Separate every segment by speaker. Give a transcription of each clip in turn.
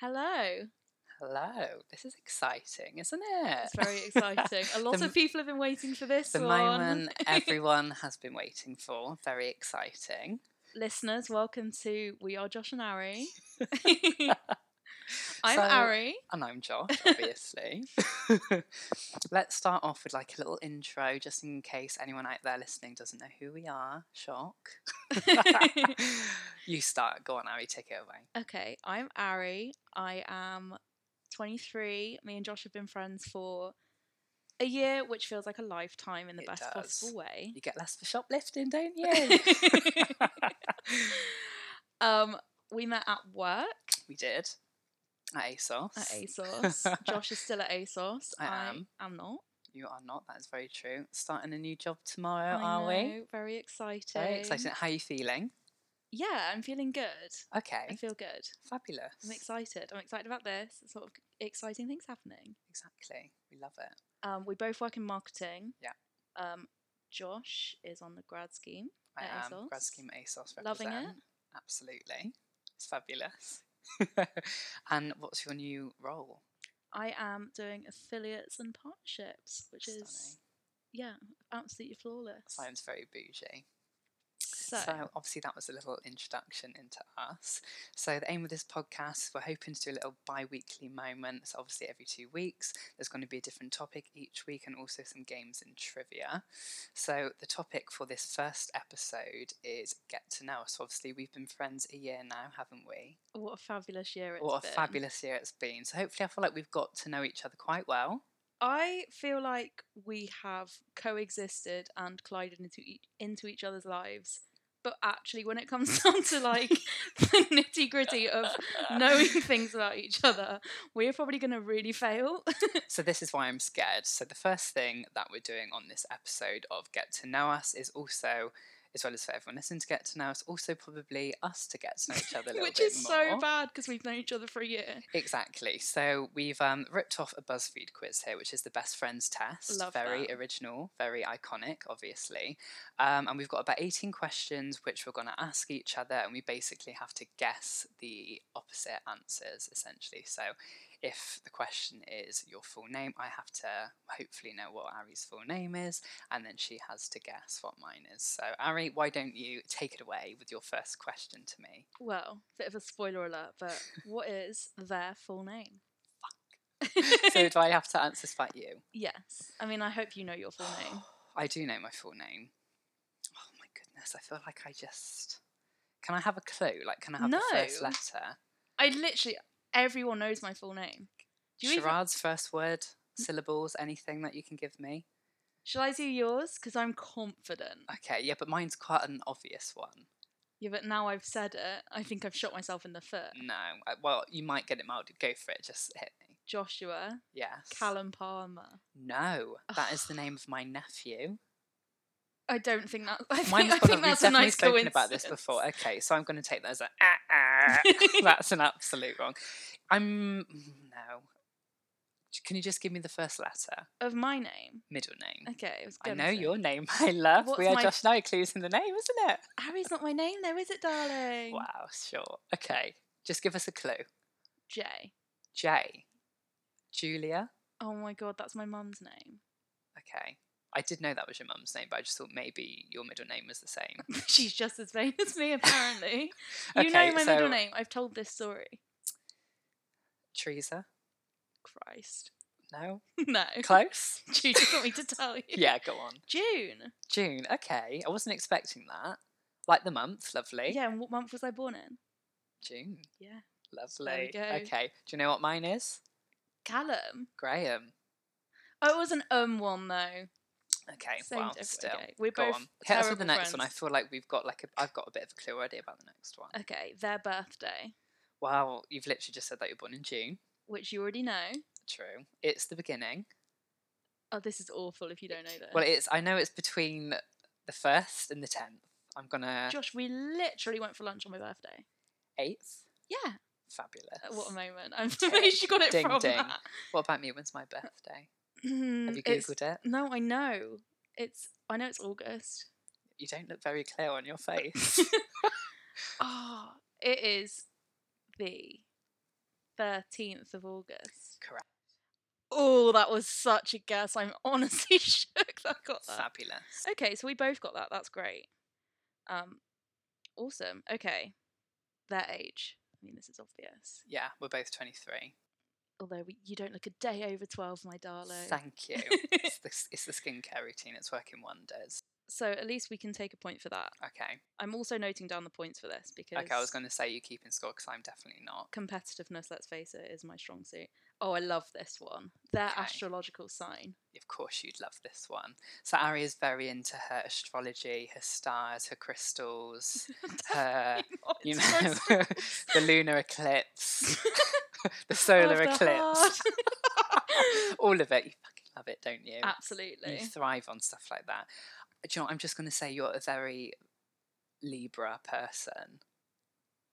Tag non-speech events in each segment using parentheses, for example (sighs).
Speaker 1: Uh,
Speaker 2: Hello.
Speaker 1: Hello. This is exciting, isn't it?
Speaker 2: It's very exciting. A lot
Speaker 1: (laughs) The-
Speaker 2: of people have been waiting for this
Speaker 1: the
Speaker 2: one. (laughs)
Speaker 1: moment everyone has been waiting for. Very exciting.
Speaker 2: Listeners, welcome to We Are Josh and
Speaker 1: (laughs)
Speaker 2: Ari. (laughs) I'm
Speaker 1: So-
Speaker 2: Ari.
Speaker 1: And
Speaker 2: (laughs)
Speaker 1: I'm Josh, obviously. (laughs) Let's start off with like a little intro just in case anyone out there listening doesn't know who we are. Shock.
Speaker 2: (laughs)
Speaker 1: (laughs) you start. Go on, Ari, take it away.
Speaker 2: okay, I'm Ari. I am 23. Me and Josh have been friends for a year, which feels like a lifetime in the
Speaker 1: It
Speaker 2: best
Speaker 1: does.
Speaker 2: possible way.
Speaker 1: You get less for shoplifting, don't
Speaker 2: (laughs)
Speaker 1: you? (laughs)
Speaker 2: Um, we met at work
Speaker 1: we did. At ASOS.
Speaker 2: at ASOS.
Speaker 1: (laughs)
Speaker 2: Josh is still at ASOS.
Speaker 1: I am.
Speaker 2: am not.
Speaker 1: You are not. That is very true. Starting a new job tomorrow,
Speaker 2: I
Speaker 1: are we?
Speaker 2: know, Very exciting.
Speaker 1: Very exciting. How are you feeling?
Speaker 2: Yeah, I'm feeling good.
Speaker 1: Okay,
Speaker 2: I feel good.
Speaker 1: fabulous.
Speaker 2: I'm excited. I'm excited about this. It's sort of exciting things happening.
Speaker 1: Exactly. We love it.
Speaker 2: Um, we both work in marketing.
Speaker 1: Yeah.
Speaker 2: Um, Josh is on the grad scheme.
Speaker 1: I
Speaker 2: At
Speaker 1: am grad
Speaker 2: ASOS.
Speaker 1: scheme ASOS
Speaker 2: Loving it.
Speaker 1: represent. Absolutely. It's fabulous. (laughs) and what's your new role?
Speaker 2: I am doing affiliates and partnerships, which is
Speaker 1: Stunning.
Speaker 2: yeah, absolutely flawless.
Speaker 1: Sounds very bougie.
Speaker 2: So,
Speaker 1: So. obviously that was a little introduction into us. So the aim of this podcast is we're hoping to do a little bi-weekly moment. So obviously every two weeks there's going to be a different topic each week and also some games and trivia. So the topic for this first episode is get to know us. Obviously we've been friends a year now, haven't we?
Speaker 2: what a fabulous year it's
Speaker 1: what a
Speaker 2: been.
Speaker 1: fabulous year it's been. So hopefully I feel like we've got to know each other quite well.
Speaker 2: I feel like we have coexisted and collided into each, into each other's lives. But actually, when it comes (laughs) down to like the nitty gritty of (laughs) knowing things about each other, we're probably going to really fail. (laughs)
Speaker 1: So this is why I'm scared. So the first thing that we're doing on this episode of Get to Know Us is also, as well as for everyone listening to Get to Know Us, also probably us to get to know each
Speaker 2: (laughs)
Speaker 1: other a little
Speaker 2: Which
Speaker 1: bit
Speaker 2: is
Speaker 1: more.
Speaker 2: so bad because we've known each other for a year.
Speaker 1: Exactly. So we've um, ripped off a BuzzFeed quiz here, which is the best friends test.
Speaker 2: Love
Speaker 1: very
Speaker 2: that.
Speaker 1: original, very iconic, obviously. Um, and we've got about 18 questions which we're going to ask each other, and we basically have to guess the opposite answers, essentially. So if the question is your full name, I have to hopefully know what Ari's full name is, and then she has to guess what mine is. So, Ari, why don't you take it away with your first question to me?
Speaker 2: Well, bit of a spoiler alert, but what is their full name? (laughs)
Speaker 1: so, do I have to answer this about you?
Speaker 2: yes. I mean, I hope you know your (gasps) full name.
Speaker 1: I do know my full name. Oh my goodness, I feel like I just. Can I have a clue? Like, can I have the first
Speaker 2: No.
Speaker 1: letter?
Speaker 2: I literally, everyone knows my full name. Do you even-
Speaker 1: Sherrod's first word, syllables, anything that you can give me?
Speaker 2: Shall I do yours? Because I'm confident.
Speaker 1: Okay, yeah, but mine's quite an obvious one.
Speaker 2: Yeah, but now I've said it, I think I've shot myself in the foot.
Speaker 1: No, I- well, you might get it mild. Go for it, just hit me.
Speaker 2: Joshua
Speaker 1: Yes.
Speaker 2: Callum Palmer.
Speaker 1: No,
Speaker 2: (sighs)
Speaker 1: that is the name of my nephew.
Speaker 2: I don't think that. (laughs) I think,
Speaker 1: Mine's
Speaker 2: I
Speaker 1: got
Speaker 2: think
Speaker 1: a, we've
Speaker 2: that's a
Speaker 1: definitely
Speaker 2: nice
Speaker 1: spoken
Speaker 2: coincidence.
Speaker 1: about this before. Okay, so I'm going to take that as a.
Speaker 2: (laughs)
Speaker 1: ah, (laughs) ah. That's an absolute wrong. I'm. No. Can you just give me the first letter?
Speaker 2: of my name.
Speaker 1: middle name.
Speaker 2: Okay, I was
Speaker 1: I
Speaker 2: gonna
Speaker 1: know
Speaker 2: say.
Speaker 1: your name, (laughs) my love.
Speaker 2: What's
Speaker 1: we are
Speaker 2: my-
Speaker 1: just now clues in the name, isn't it?
Speaker 2: Harry's not my name though, is it, darling?
Speaker 1: Wow, sure. Okay, just give us a clue.
Speaker 2: Jay.
Speaker 1: J. Julia.
Speaker 2: Oh my god, that's my mum's name. (laughs)
Speaker 1: Okay. I did know that was your mum's name, but I just thought maybe your middle name was
Speaker 2: (laughs)
Speaker 1: the same.
Speaker 2: She's just as vain as me,
Speaker 1: (laughs)
Speaker 2: apparently. you
Speaker 1: Okay,
Speaker 2: know my
Speaker 1: so-
Speaker 2: middle name. I've told this story.
Speaker 1: Teresa?
Speaker 2: Christ. (laughs)
Speaker 1: No?
Speaker 2: No.
Speaker 1: Close?
Speaker 2: (laughs) Jude just want me to
Speaker 1: (laughs)
Speaker 2: tell you.
Speaker 1: yeah, go on.
Speaker 2: June.
Speaker 1: June. Okay. I wasn't expecting that. Like the month, lovely.
Speaker 2: Yeah, and what month was I born in?
Speaker 1: June.
Speaker 2: Yeah.
Speaker 1: Lovely.
Speaker 2: go.
Speaker 1: Okay. Do you know what mine is?
Speaker 2: Callum.
Speaker 1: Graham.
Speaker 2: Oh, it was an um one though.
Speaker 1: Okay.
Speaker 2: Same
Speaker 1: well,
Speaker 2: diff-
Speaker 1: still.
Speaker 2: okay. We're
Speaker 1: Go
Speaker 2: both
Speaker 1: on. Hit us with the
Speaker 2: terrible
Speaker 1: next one. I
Speaker 2: friends. Uh.
Speaker 1: feel like we've got like a, I've got a bit of a clue already about the next one.
Speaker 2: Okay, their birthday,
Speaker 1: Wow, you've literally just said that you're born in June.
Speaker 2: which you already know.
Speaker 1: True. It's the beginning.
Speaker 2: Oh, this is awful if you don't know this.
Speaker 1: Well, it's I know it's between the first and the tenth. I'm gonna
Speaker 2: Josh, we literally went for lunch on my birthday.
Speaker 1: eighth.
Speaker 2: Yeah.
Speaker 1: Fabulous.
Speaker 2: Uh, What a moment. I'm (laughs) amazed you got it
Speaker 1: Ding,
Speaker 2: from
Speaker 1: ding.
Speaker 2: that.
Speaker 1: What about me? When's my birthday? Have you
Speaker 2: Hmm, Mm, It's-
Speaker 1: googled it?
Speaker 2: No, I know. It's I know it's August.
Speaker 1: You don't look very
Speaker 2: (laughs)
Speaker 1: clear on your face.
Speaker 2: Ah, it is the 13th of August.
Speaker 1: Correct.
Speaker 2: Oh, that was such a guess. I'm (laughs) honestly shook that I got that.
Speaker 1: Fabulous.
Speaker 2: Okay, so we both got that. That's great. Um, awesome. Okay, their age. I mean, this is obvious.
Speaker 1: Yeah, we're both 23.
Speaker 2: Although we, you don't look a day over twelve, my darling.
Speaker 1: Thank you.
Speaker 2: (laughs)
Speaker 1: it's, the, it's the skincare routine, it's working wonders.
Speaker 2: so at least we can take a point for that.
Speaker 1: Okay.
Speaker 2: I'm also noting down the points for this because
Speaker 1: Okay, I was going to say you keep in score because I'm definitely not.
Speaker 2: competitiveness. Let's face it, is my strong suit. Oh, I love this one. Their
Speaker 1: Okay.
Speaker 2: astrological sign. (laughs)
Speaker 1: Of course, you'd love this one. So, Ari is very into her astrology, her stars, her crystals, (laughs)
Speaker 2: (laughs)
Speaker 1: her, you know, (laughs) the lunar eclipse, the solar
Speaker 2: Of the
Speaker 1: (laughs) eclipse, (laughs) all of it. You fucking love it, don't you?
Speaker 2: Absolutely.
Speaker 1: You thrive on stuff like that. Uh, Do you know, what, I'm just going to say you're a very Libra person.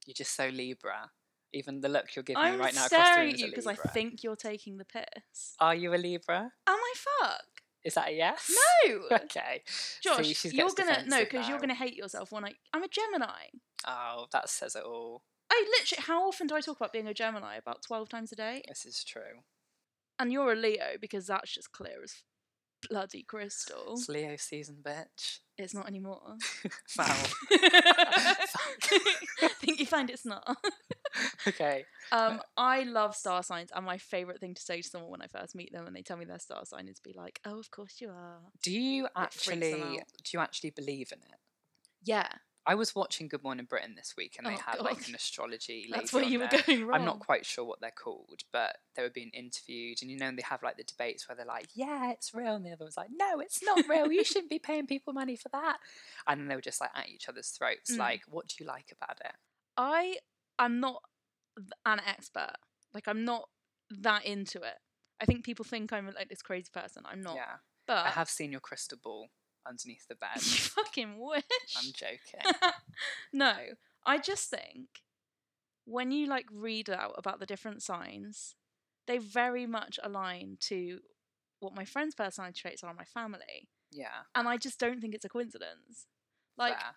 Speaker 1: You're just so Libra. Even the look you're giving
Speaker 2: I'm
Speaker 1: me right now across the room
Speaker 2: staring at
Speaker 1: is
Speaker 2: you
Speaker 1: a
Speaker 2: because I
Speaker 1: Libra.
Speaker 2: think you're taking the piss.
Speaker 1: (laughs) Are you a Libra?
Speaker 2: Am I fuck?
Speaker 1: Is that a yes?
Speaker 2: No,
Speaker 1: (laughs) Okay.
Speaker 2: Josh,
Speaker 1: See, she
Speaker 2: you're
Speaker 1: gets
Speaker 2: gonna no,
Speaker 1: defensive
Speaker 2: because you're
Speaker 1: now.
Speaker 2: gonna hate yourself when I I'm a Gemini.
Speaker 1: Oh, that says it all.
Speaker 2: I literally, how often do I talk about being a Gemini? About twelve times a day.
Speaker 1: This is true.
Speaker 2: And you're a Leo because that's just clear as bloody crystal.
Speaker 1: It's Leo season,
Speaker 2: (laughs)
Speaker 1: bitch.
Speaker 2: It's not
Speaker 1: (laughs)
Speaker 2: anymore.
Speaker 1: Wow.
Speaker 2: I think you find it's
Speaker 1: (laughs)
Speaker 2: not.
Speaker 1: okay.
Speaker 2: Um, I love star signs, and my favorite thing to say to someone when I first meet them and they tell me their star sign is be like, "Oh, of course you are."
Speaker 1: Do you
Speaker 2: freaks them
Speaker 1: actually
Speaker 2: out.
Speaker 1: do you actually believe in it?
Speaker 2: Yeah,
Speaker 1: I was watching Good Morning Britain this week, and they
Speaker 2: Oh,
Speaker 1: had like
Speaker 2: God.
Speaker 1: an astrology.
Speaker 2: that's
Speaker 1: lady
Speaker 2: where
Speaker 1: on
Speaker 2: you were
Speaker 1: there.
Speaker 2: going wrong.
Speaker 1: I'm not quite sure what they're called, but they were being interviewed, and you know, they have like the debates where they're like, "Yeah, it's real," and the other was like, "No, it's not
Speaker 2: (laughs)
Speaker 1: real. You shouldn't be paying people money for that." And then they were just like at each other's throats,
Speaker 2: Mm.
Speaker 1: like, "What do you like about it?"
Speaker 2: I am not th- an expert. Like I'm not that into it. I think people think I'm like this crazy person. I'm not.
Speaker 1: Yeah,
Speaker 2: But
Speaker 1: I have seen your crystal ball underneath the bed.
Speaker 2: (laughs) you fucking wish. (laughs)
Speaker 1: I'm joking.
Speaker 2: no, I just think when you like read out about the different signs, they very much align to what my friend's personality traits are in my family.
Speaker 1: Yeah,
Speaker 2: And I just don't think it's a coincidence. Like
Speaker 1: fair.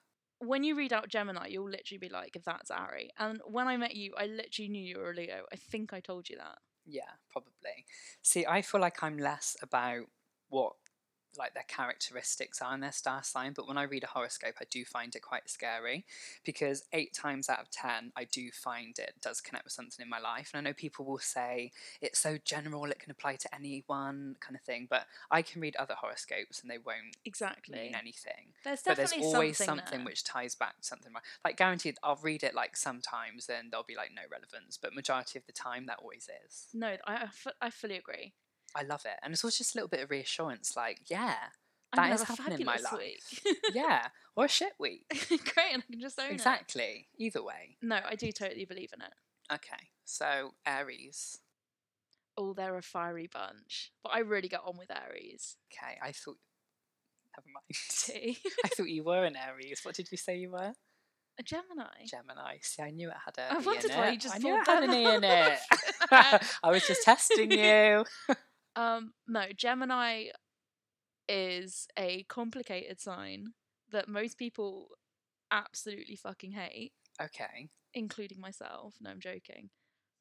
Speaker 2: when you read out Gemini, you'll literally be like, that's Ari. And when I met you, I literally knew you were a Leo. I think I told you that.
Speaker 1: Yeah, probably. See, I feel like I'm less about what like their characteristics are and their star sign, but when I read a horoscope, I do find it quite scary because eight times out of ten, I do find it does connect with something in my life. And I know people will say it's so general, it can apply to anyone kind of thing, but I can read other horoscopes and they won't
Speaker 2: Exactly.
Speaker 1: mean anything.
Speaker 2: There's
Speaker 1: But there's
Speaker 2: definitely
Speaker 1: always something,
Speaker 2: something, there.
Speaker 1: which ties back to something. Like, like guaranteed, I'll read it like sometimes and there'll be like no relevance, but majority of the time, that always is.
Speaker 2: No, I, I, fu- I fully agree.
Speaker 1: I love it. And it's also just a little bit of reassurance, like, yeah,
Speaker 2: (laughs) I'm
Speaker 1: That
Speaker 2: gonna
Speaker 1: is
Speaker 2: have a
Speaker 1: happening in my
Speaker 2: fabulous
Speaker 1: life.
Speaker 2: week.
Speaker 1: yeah, or a shit week.
Speaker 2: (laughs) Great, and I can just own it.
Speaker 1: exactly. Either way.
Speaker 2: No, I do totally believe in it.
Speaker 1: Okay. So Aries.
Speaker 2: Oh, they're a fiery bunch. But I really get on with
Speaker 1: (laughs)
Speaker 2: Aries.
Speaker 1: Okay. I thought never mind.
Speaker 2: Tea.
Speaker 1: (laughs) I thought you were an Aries. What did you say you were?
Speaker 2: a Gemini.
Speaker 1: Gemini. See, I knew it had
Speaker 2: I
Speaker 1: a. E
Speaker 2: wondered
Speaker 1: in
Speaker 2: why
Speaker 1: it.
Speaker 2: you just
Speaker 1: I knew it
Speaker 2: pulled
Speaker 1: had
Speaker 2: that
Speaker 1: an E in it.
Speaker 2: out.
Speaker 1: (laughs) I was just testing you.
Speaker 2: (laughs) Um, no, Gemini is a complicated sign that most people absolutely fucking hate,
Speaker 1: Okay.
Speaker 2: including myself. No, I'm joking.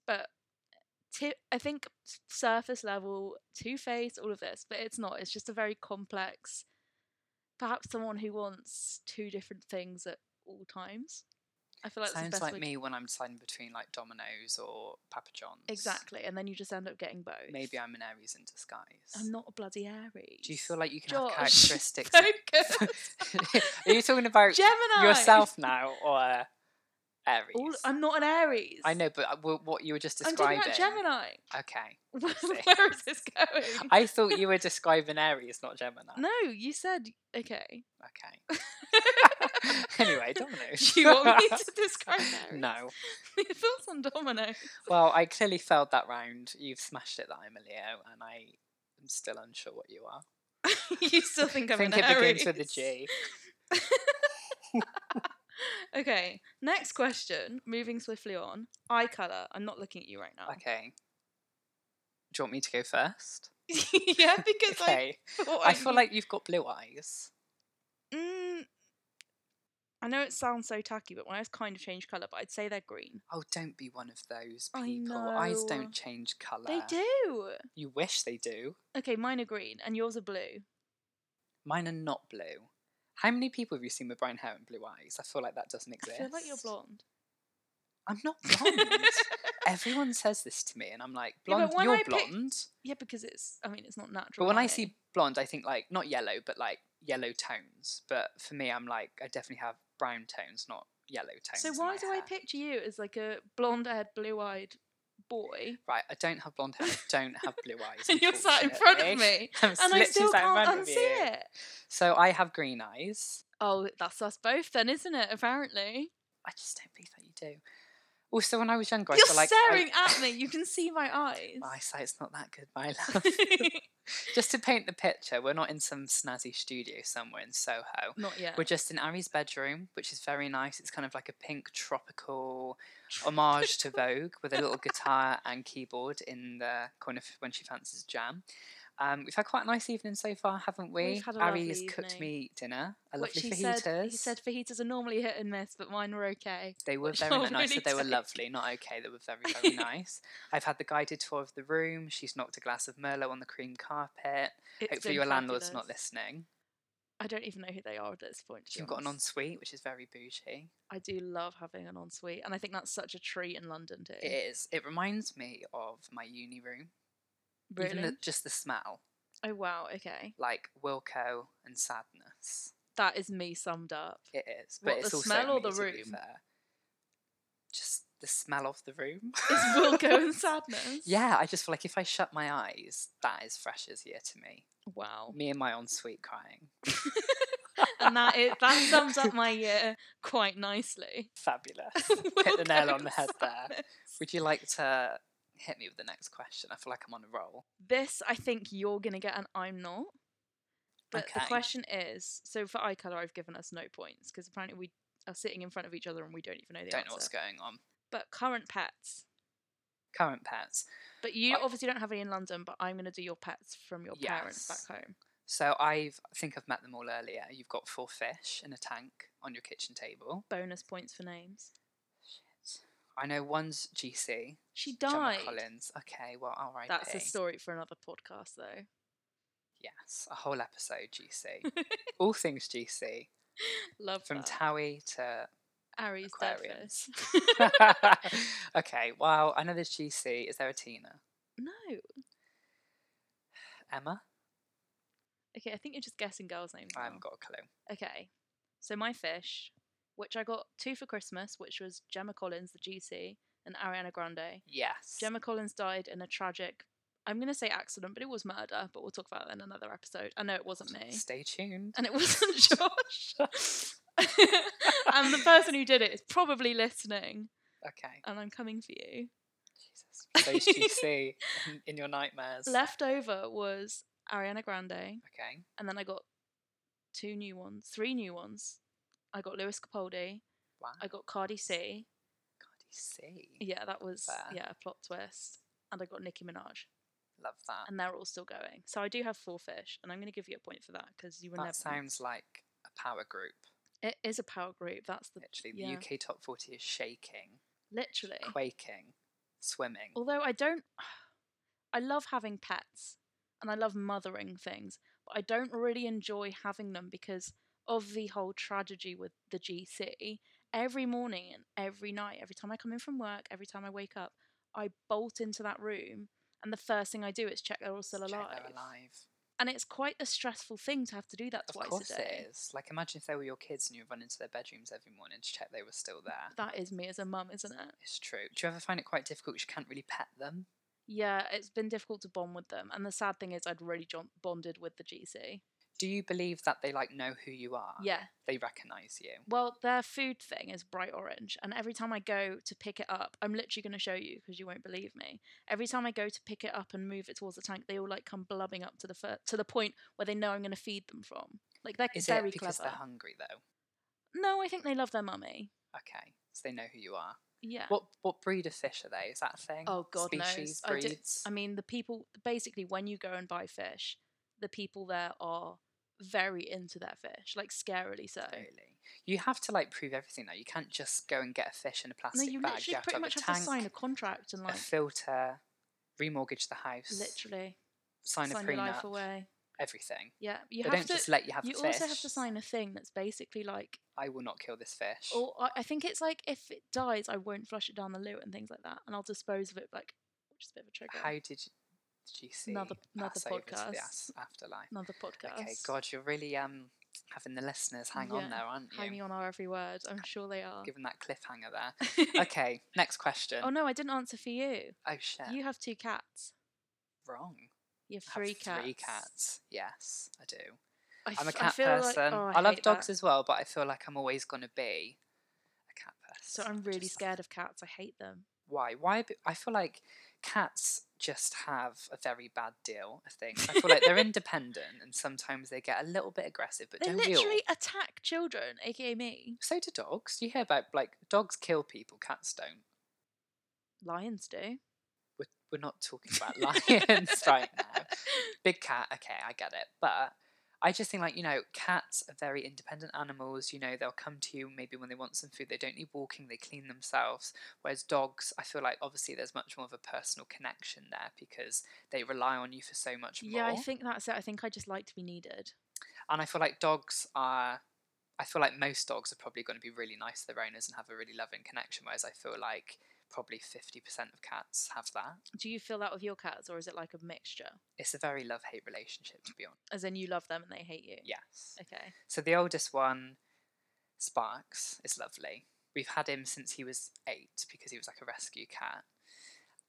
Speaker 2: But ti I think s- surface level, two faced, all of this, but it's not. It's just a very complex, perhaps someone who wants two different things at all times. I feel like that's the
Speaker 1: Sounds
Speaker 2: best
Speaker 1: like
Speaker 2: way to-
Speaker 1: me when I'm deciding between like Domino's or Papa John's.
Speaker 2: Exactly, and then you just end up getting both.
Speaker 1: Maybe I'm an Aries in disguise.
Speaker 2: I'm not a bloody Aries.
Speaker 1: Do
Speaker 2: (laughs)
Speaker 1: you feel like you can
Speaker 2: Josh, (laughs)
Speaker 1: have characteristics? that-
Speaker 2: focus?
Speaker 1: (laughs) Are you talking about
Speaker 2: Gemini
Speaker 1: yourself now or Aries?
Speaker 2: All, I'm not an Aries.
Speaker 1: I know, but uh, wh- what you were just
Speaker 2: I'm
Speaker 1: describing.
Speaker 2: talking about Gemini.
Speaker 1: Okay,
Speaker 2: (laughs) Where
Speaker 1: see.
Speaker 2: where is this going?
Speaker 1: I thought you were describing Aries, not Gemini.
Speaker 2: no, you said okay. (laughs)
Speaker 1: Okay. anyway, Dominoes.
Speaker 2: Do you want me
Speaker 1: (laughs)
Speaker 2: to describe Aries? (laughs)
Speaker 1: No.
Speaker 2: Your thoughts on Domino? (laughs)
Speaker 1: Well, I clearly failed that round. You've smashed it that I'm a Leo, and I am still unsure what you are.
Speaker 2: you still
Speaker 1: (laughs)
Speaker 2: think I'm
Speaker 1: think
Speaker 2: an
Speaker 1: it
Speaker 2: Aries?
Speaker 1: begins with a G.
Speaker 2: Okay. Next question. Moving swiftly on. Eye color. I'm not looking at you right now.
Speaker 1: Okay. Do you want me to go first?
Speaker 2: (laughs) yeah, because
Speaker 1: Okay.
Speaker 2: I. (laughs) thought
Speaker 1: I feel
Speaker 2: knew-
Speaker 1: like you've got blue eyes.
Speaker 2: Mm, I know it sounds so tacky, but mine's kind of changed colour, but I'd say they're green.
Speaker 1: Oh, don't be one of those
Speaker 2: I
Speaker 1: people. Eyes
Speaker 2: know.
Speaker 1: don't change colour.
Speaker 2: They do.
Speaker 1: You wish they do.
Speaker 2: Okay, mine are green and yours are blue.
Speaker 1: Mine are not blue. How many people have you seen with brown hair and blue eyes? I feel like that doesn't
Speaker 2: I
Speaker 1: exist.
Speaker 2: feel like you're blonde.
Speaker 1: I'm
Speaker 2: (laughs)
Speaker 1: not blonde. Everyone says this to me, and I'm like,
Speaker 2: Yeah,
Speaker 1: blonde,
Speaker 2: but when
Speaker 1: you're
Speaker 2: I pick-
Speaker 1: blonde.
Speaker 2: Yeah, because it's. I mean, it's not natural.
Speaker 1: But when I
Speaker 2: colour.
Speaker 1: see blonde, I think like not yellow, but like yellow tones. But for me, I'm like, I definitely have brown tones, not yellow tones.
Speaker 2: So
Speaker 1: in
Speaker 2: why
Speaker 1: my
Speaker 2: do I
Speaker 1: hair.
Speaker 2: picture you as like a blonde-haired, blue-eyed boy, (laughs)
Speaker 1: Right, I don't have blonde hair. I don't have blue eyes.
Speaker 2: and you're sat in front of
Speaker 1: unfortunately. (laughs)
Speaker 2: me,
Speaker 1: I'm
Speaker 2: and I
Speaker 1: literally
Speaker 2: still
Speaker 1: sat in front
Speaker 2: can't
Speaker 1: of
Speaker 2: unsee
Speaker 1: you.
Speaker 2: it?
Speaker 1: So I have green eyes.
Speaker 2: Oh, that's us both then, isn't it? Apparently,
Speaker 1: I just don't believe that you do. Also, when I was younger, I
Speaker 2: you're
Speaker 1: feel like I-
Speaker 2: staring at
Speaker 1: (laughs)
Speaker 2: me. You can see my eyes.
Speaker 1: my eyesight's not that good,
Speaker 2: (laughs)
Speaker 1: my love. just to paint the picture, we're not in some snazzy studio somewhere in Soho. (laughs)
Speaker 2: Not yet.
Speaker 1: We're just in Ari's bedroom, which is very nice. It's kind of like a pink tropical
Speaker 2: (laughs)
Speaker 1: homage to Vogue with a little guitar and keyboard in the corner f- when she fancies jam. Um, we've had quite a nice evening so far, haven't we?
Speaker 2: We've had a lovely
Speaker 1: Ari's cooked
Speaker 2: evening.
Speaker 1: me dinner, a
Speaker 2: Which
Speaker 1: lovely
Speaker 2: he
Speaker 1: fajitas.
Speaker 2: said, he said fajitas are normally hit and miss, but mine were okay.
Speaker 1: They were
Speaker 2: which
Speaker 1: very
Speaker 2: I'll
Speaker 1: nice. I
Speaker 2: really
Speaker 1: said they were
Speaker 2: take.
Speaker 1: lovely, not okay. They were very,
Speaker 2: (laughs)
Speaker 1: very nice. I've had the guided tour of the room. She's knocked a glass of Merlot on the cream carpet.
Speaker 2: It's
Speaker 1: Hopefully,
Speaker 2: been
Speaker 1: your landlord's not
Speaker 2: fabulous.
Speaker 1: listening.
Speaker 2: I don't even know who they are at this point. to be
Speaker 1: You've got an
Speaker 2: honest.
Speaker 1: ensuite, which is very bougie.
Speaker 2: I do love having an ensuite, and I think that's such a treat in London too.
Speaker 1: It is. It reminds me of my uni room.
Speaker 2: really?
Speaker 1: Even the, just the smell,
Speaker 2: oh wow. Okay,
Speaker 1: like Wilco and sadness.
Speaker 2: that is me summed
Speaker 1: (laughs)
Speaker 2: up.
Speaker 1: It is. But
Speaker 2: What,
Speaker 1: it's
Speaker 2: the
Speaker 1: also
Speaker 2: smell or the
Speaker 1: me, to be
Speaker 2: room?
Speaker 1: fair. Just the smell of the room.
Speaker 2: It's Wilco
Speaker 1: (laughs)
Speaker 2: and sadness.
Speaker 1: Yeah, I just feel like if I shut my eyes, that is freshers year to me.
Speaker 2: Wow.
Speaker 1: Me and my ensuite crying.
Speaker 2: (laughs) and that is, that sums up my year quite nicely.
Speaker 1: (laughs) Fabulous.
Speaker 2: (laughs)
Speaker 1: Hit the
Speaker 2: Wilco
Speaker 1: nail on
Speaker 2: and
Speaker 1: the head there.
Speaker 2: sadness.
Speaker 1: Would you like to hit me with the next question? I feel like I'm on a roll.
Speaker 2: This, I think you're gonna get, and I'm not. But the
Speaker 1: Okay.
Speaker 2: question is, so for eye color, I've given us no points because apparently we are sitting in front of each other and we don't even know the
Speaker 1: Don't
Speaker 2: answer.
Speaker 1: know what's going on.
Speaker 2: but current pets.
Speaker 1: Current pets.
Speaker 2: But you
Speaker 1: Right.
Speaker 2: obviously don't have any in London, but I'm going to do your pets from your parents
Speaker 1: Yes.
Speaker 2: back home.
Speaker 1: So I've I think I've met them all earlier. You've got four fish in a tank on your kitchen table.
Speaker 2: Bonus points for names.
Speaker 1: I know one's GC,
Speaker 2: She
Speaker 1: Gemma
Speaker 2: died.
Speaker 1: Collins. Okay, well, all right.
Speaker 2: That's a story for another podcast, though.
Speaker 1: Yes, a whole episode
Speaker 2: (laughs)
Speaker 1: GC. all things GC,
Speaker 2: Love
Speaker 1: from
Speaker 2: that.
Speaker 1: Towie to
Speaker 2: Aries
Speaker 1: aquariums.
Speaker 2: Aquarius.
Speaker 1: (laughs) okay, well, I know there's GC. Is there a Tina?
Speaker 2: (laughs) no.
Speaker 1: Emma?
Speaker 2: Okay, I think you're just guessing girls' names.
Speaker 1: I
Speaker 2: now.
Speaker 1: haven't got a clue.
Speaker 2: Okay. So my fish, which I got two for Christmas, which was Gemma Collins, the GC, and Ariana Grande.
Speaker 1: Yes.
Speaker 2: Gemma Collins died in a tragic, I'm going to say accident, but it was murder, but we'll talk about that in another episode. I know it wasn't me.
Speaker 1: Stay tuned.
Speaker 2: (laughs) and it wasn't Josh. (laughs) and the person who did it is probably listening,
Speaker 1: Okay.
Speaker 2: and I'm coming for you.
Speaker 1: Jesus. Those GC in, in your nightmares.
Speaker 2: Left over was Ariana Grande,
Speaker 1: Okay.
Speaker 2: and then I got two new ones, three new ones. I got Lewis Capaldi,
Speaker 1: Wow.
Speaker 2: I got Cardi C.
Speaker 1: God, you see.
Speaker 2: Yeah, that was
Speaker 1: Fair.
Speaker 2: yeah a plot twist, and I got Nicki Minaj,
Speaker 1: Love that.
Speaker 2: and they're all still going. So I do have four fish, and I'm going to give you a point for that because you were never.
Speaker 1: That sounds like a power group.
Speaker 2: It is a power group. That's the
Speaker 1: Literally,
Speaker 2: yeah. Eh.
Speaker 1: the UK top 40 is shaking,
Speaker 2: literally.
Speaker 1: quaking, swimming.
Speaker 2: although I don't, (sighs) I love having pets and I love mothering things, but I don't really enjoy having them because of the whole tragedy with the GC. Every morning and every night, every time I come in from work, every time I wake up, I bolt into that room and the first thing I do is check they're all still
Speaker 1: Check
Speaker 2: alive.
Speaker 1: They're alive.
Speaker 2: And it's quite a stressful thing to have to do that
Speaker 1: Of
Speaker 2: twice
Speaker 1: course
Speaker 2: a day.
Speaker 1: it is. Like, imagine if they were your kids and you run into their bedrooms every morning to check they were still there.
Speaker 2: That is me as a mum, isn't it?
Speaker 1: It's true. Do you ever find it quite difficult 'cause you can't really pet them?
Speaker 2: Yeah, it's been difficult to bond with them. And the sad thing is, I'd really jon- bonded with the GC.
Speaker 1: Do you believe that they like know who you are?
Speaker 2: Yeah,
Speaker 1: They recognize you.
Speaker 2: Well, their food thing is bright orange, and every time I go to pick it up, I'm literally going to show you because you won't believe me. Every time I go to pick it up and move it towards the tank, they all like come blubbing up to the fir- to the point where they know I'm going to feed them from. Like they're
Speaker 1: Is
Speaker 2: very
Speaker 1: it because
Speaker 2: clever.
Speaker 1: they're hungry though?
Speaker 2: no, I think they love their mummy.
Speaker 1: Okay, so they know who you are.
Speaker 2: Yeah.
Speaker 1: What what breed of fish are they? Is that a thing?
Speaker 2: Oh God knows.
Speaker 1: Species,
Speaker 2: I, do,
Speaker 1: breeds.
Speaker 2: I mean, the people basically when you go and buy fish, the people there are very into their fish, like scarily so.
Speaker 1: Totally. You have to like prove everything though. You can't just go and get a fish in a
Speaker 2: No,
Speaker 1: plastic
Speaker 2: you
Speaker 1: bag.
Speaker 2: literally
Speaker 1: you have to
Speaker 2: pretty
Speaker 1: have
Speaker 2: much
Speaker 1: a
Speaker 2: have
Speaker 1: tank,
Speaker 2: to sign a contract
Speaker 1: (laughs)
Speaker 2: and
Speaker 1: a
Speaker 2: like
Speaker 1: filter, remortgage the house,
Speaker 2: literally
Speaker 1: sign a
Speaker 2: sign your life
Speaker 1: prenup,
Speaker 2: away.
Speaker 1: everything.
Speaker 2: Yeah, you
Speaker 1: they
Speaker 2: have
Speaker 1: don't
Speaker 2: to.
Speaker 1: just let you have
Speaker 2: you
Speaker 1: the fish.
Speaker 2: also have to sign a thing that's basically like,
Speaker 1: I will not kill this fish.
Speaker 2: or I- I think it's like if it dies, I won't flush it down the loo and things like that, and I'll dispose of it like, which is a bit of a trigger.
Speaker 1: How did you, did you see
Speaker 2: Another- another
Speaker 1: Pass Over to the
Speaker 2: podcast.
Speaker 1: As- afterlife?
Speaker 2: Another podcast.
Speaker 1: Okay, God, you're really um having the listeners hang
Speaker 2: Yeah,
Speaker 1: on there, aren't you?
Speaker 2: Hanging on our every word, I'm sure they are. (laughs)
Speaker 1: Given that cliffhanger there. Okay, next question.
Speaker 2: oh no, I didn't answer for you.
Speaker 1: Oh shit,
Speaker 2: You have two cats.
Speaker 1: wrong.
Speaker 2: You have
Speaker 1: I have
Speaker 2: three cats.
Speaker 1: Three cats. Yes, I do.
Speaker 2: I
Speaker 1: I'm a
Speaker 2: f- I
Speaker 1: cat
Speaker 2: feel like-
Speaker 1: person.
Speaker 2: oh,
Speaker 1: I, love
Speaker 2: hate that.
Speaker 1: dogs as well, but I feel like I'm always going to be a cat
Speaker 2: So
Speaker 1: person.
Speaker 2: I'm
Speaker 1: I
Speaker 2: really
Speaker 1: just-
Speaker 2: scared of cats. I hate them.
Speaker 1: Why? Why? b- I feel like cats just have a very bad deal of things. I feel like they're independent and sometimes they get a little bit aggressive, but
Speaker 2: They
Speaker 1: don't we all?
Speaker 2: literally attack children, aka me.
Speaker 1: So do dogs. You hear about like dogs kill people, cats don't.
Speaker 2: Lions do.
Speaker 1: We're, we're not talking
Speaker 2: (laughs)
Speaker 1: about lions (laughs) right now. Big cat, okay, I get it. But I just think like, you know, cats are very independent animals. You know, they'll come to you maybe when they want some food. They don't need walking, they clean themselves. Whereas dogs, I feel like obviously there's much more of a personal connection there because they rely on you for so much more.
Speaker 2: Yeah, I think that's it. I think I just like to be needed.
Speaker 1: and I feel like dogs are. I feel like most dogs are probably going to be really nice to their owners and have a really loving connection, whereas I feel like probably fifty percent of cats have that.
Speaker 2: Do you feel that with your cats, or is it like a mixture?
Speaker 1: It's a very love hate relationship, to be honest.
Speaker 2: As in, you love them and they hate you.
Speaker 1: Yes.
Speaker 2: Okay.
Speaker 1: So the oldest one, Sparks, is lovely. We've had him since he was eight because he was like a rescue cat.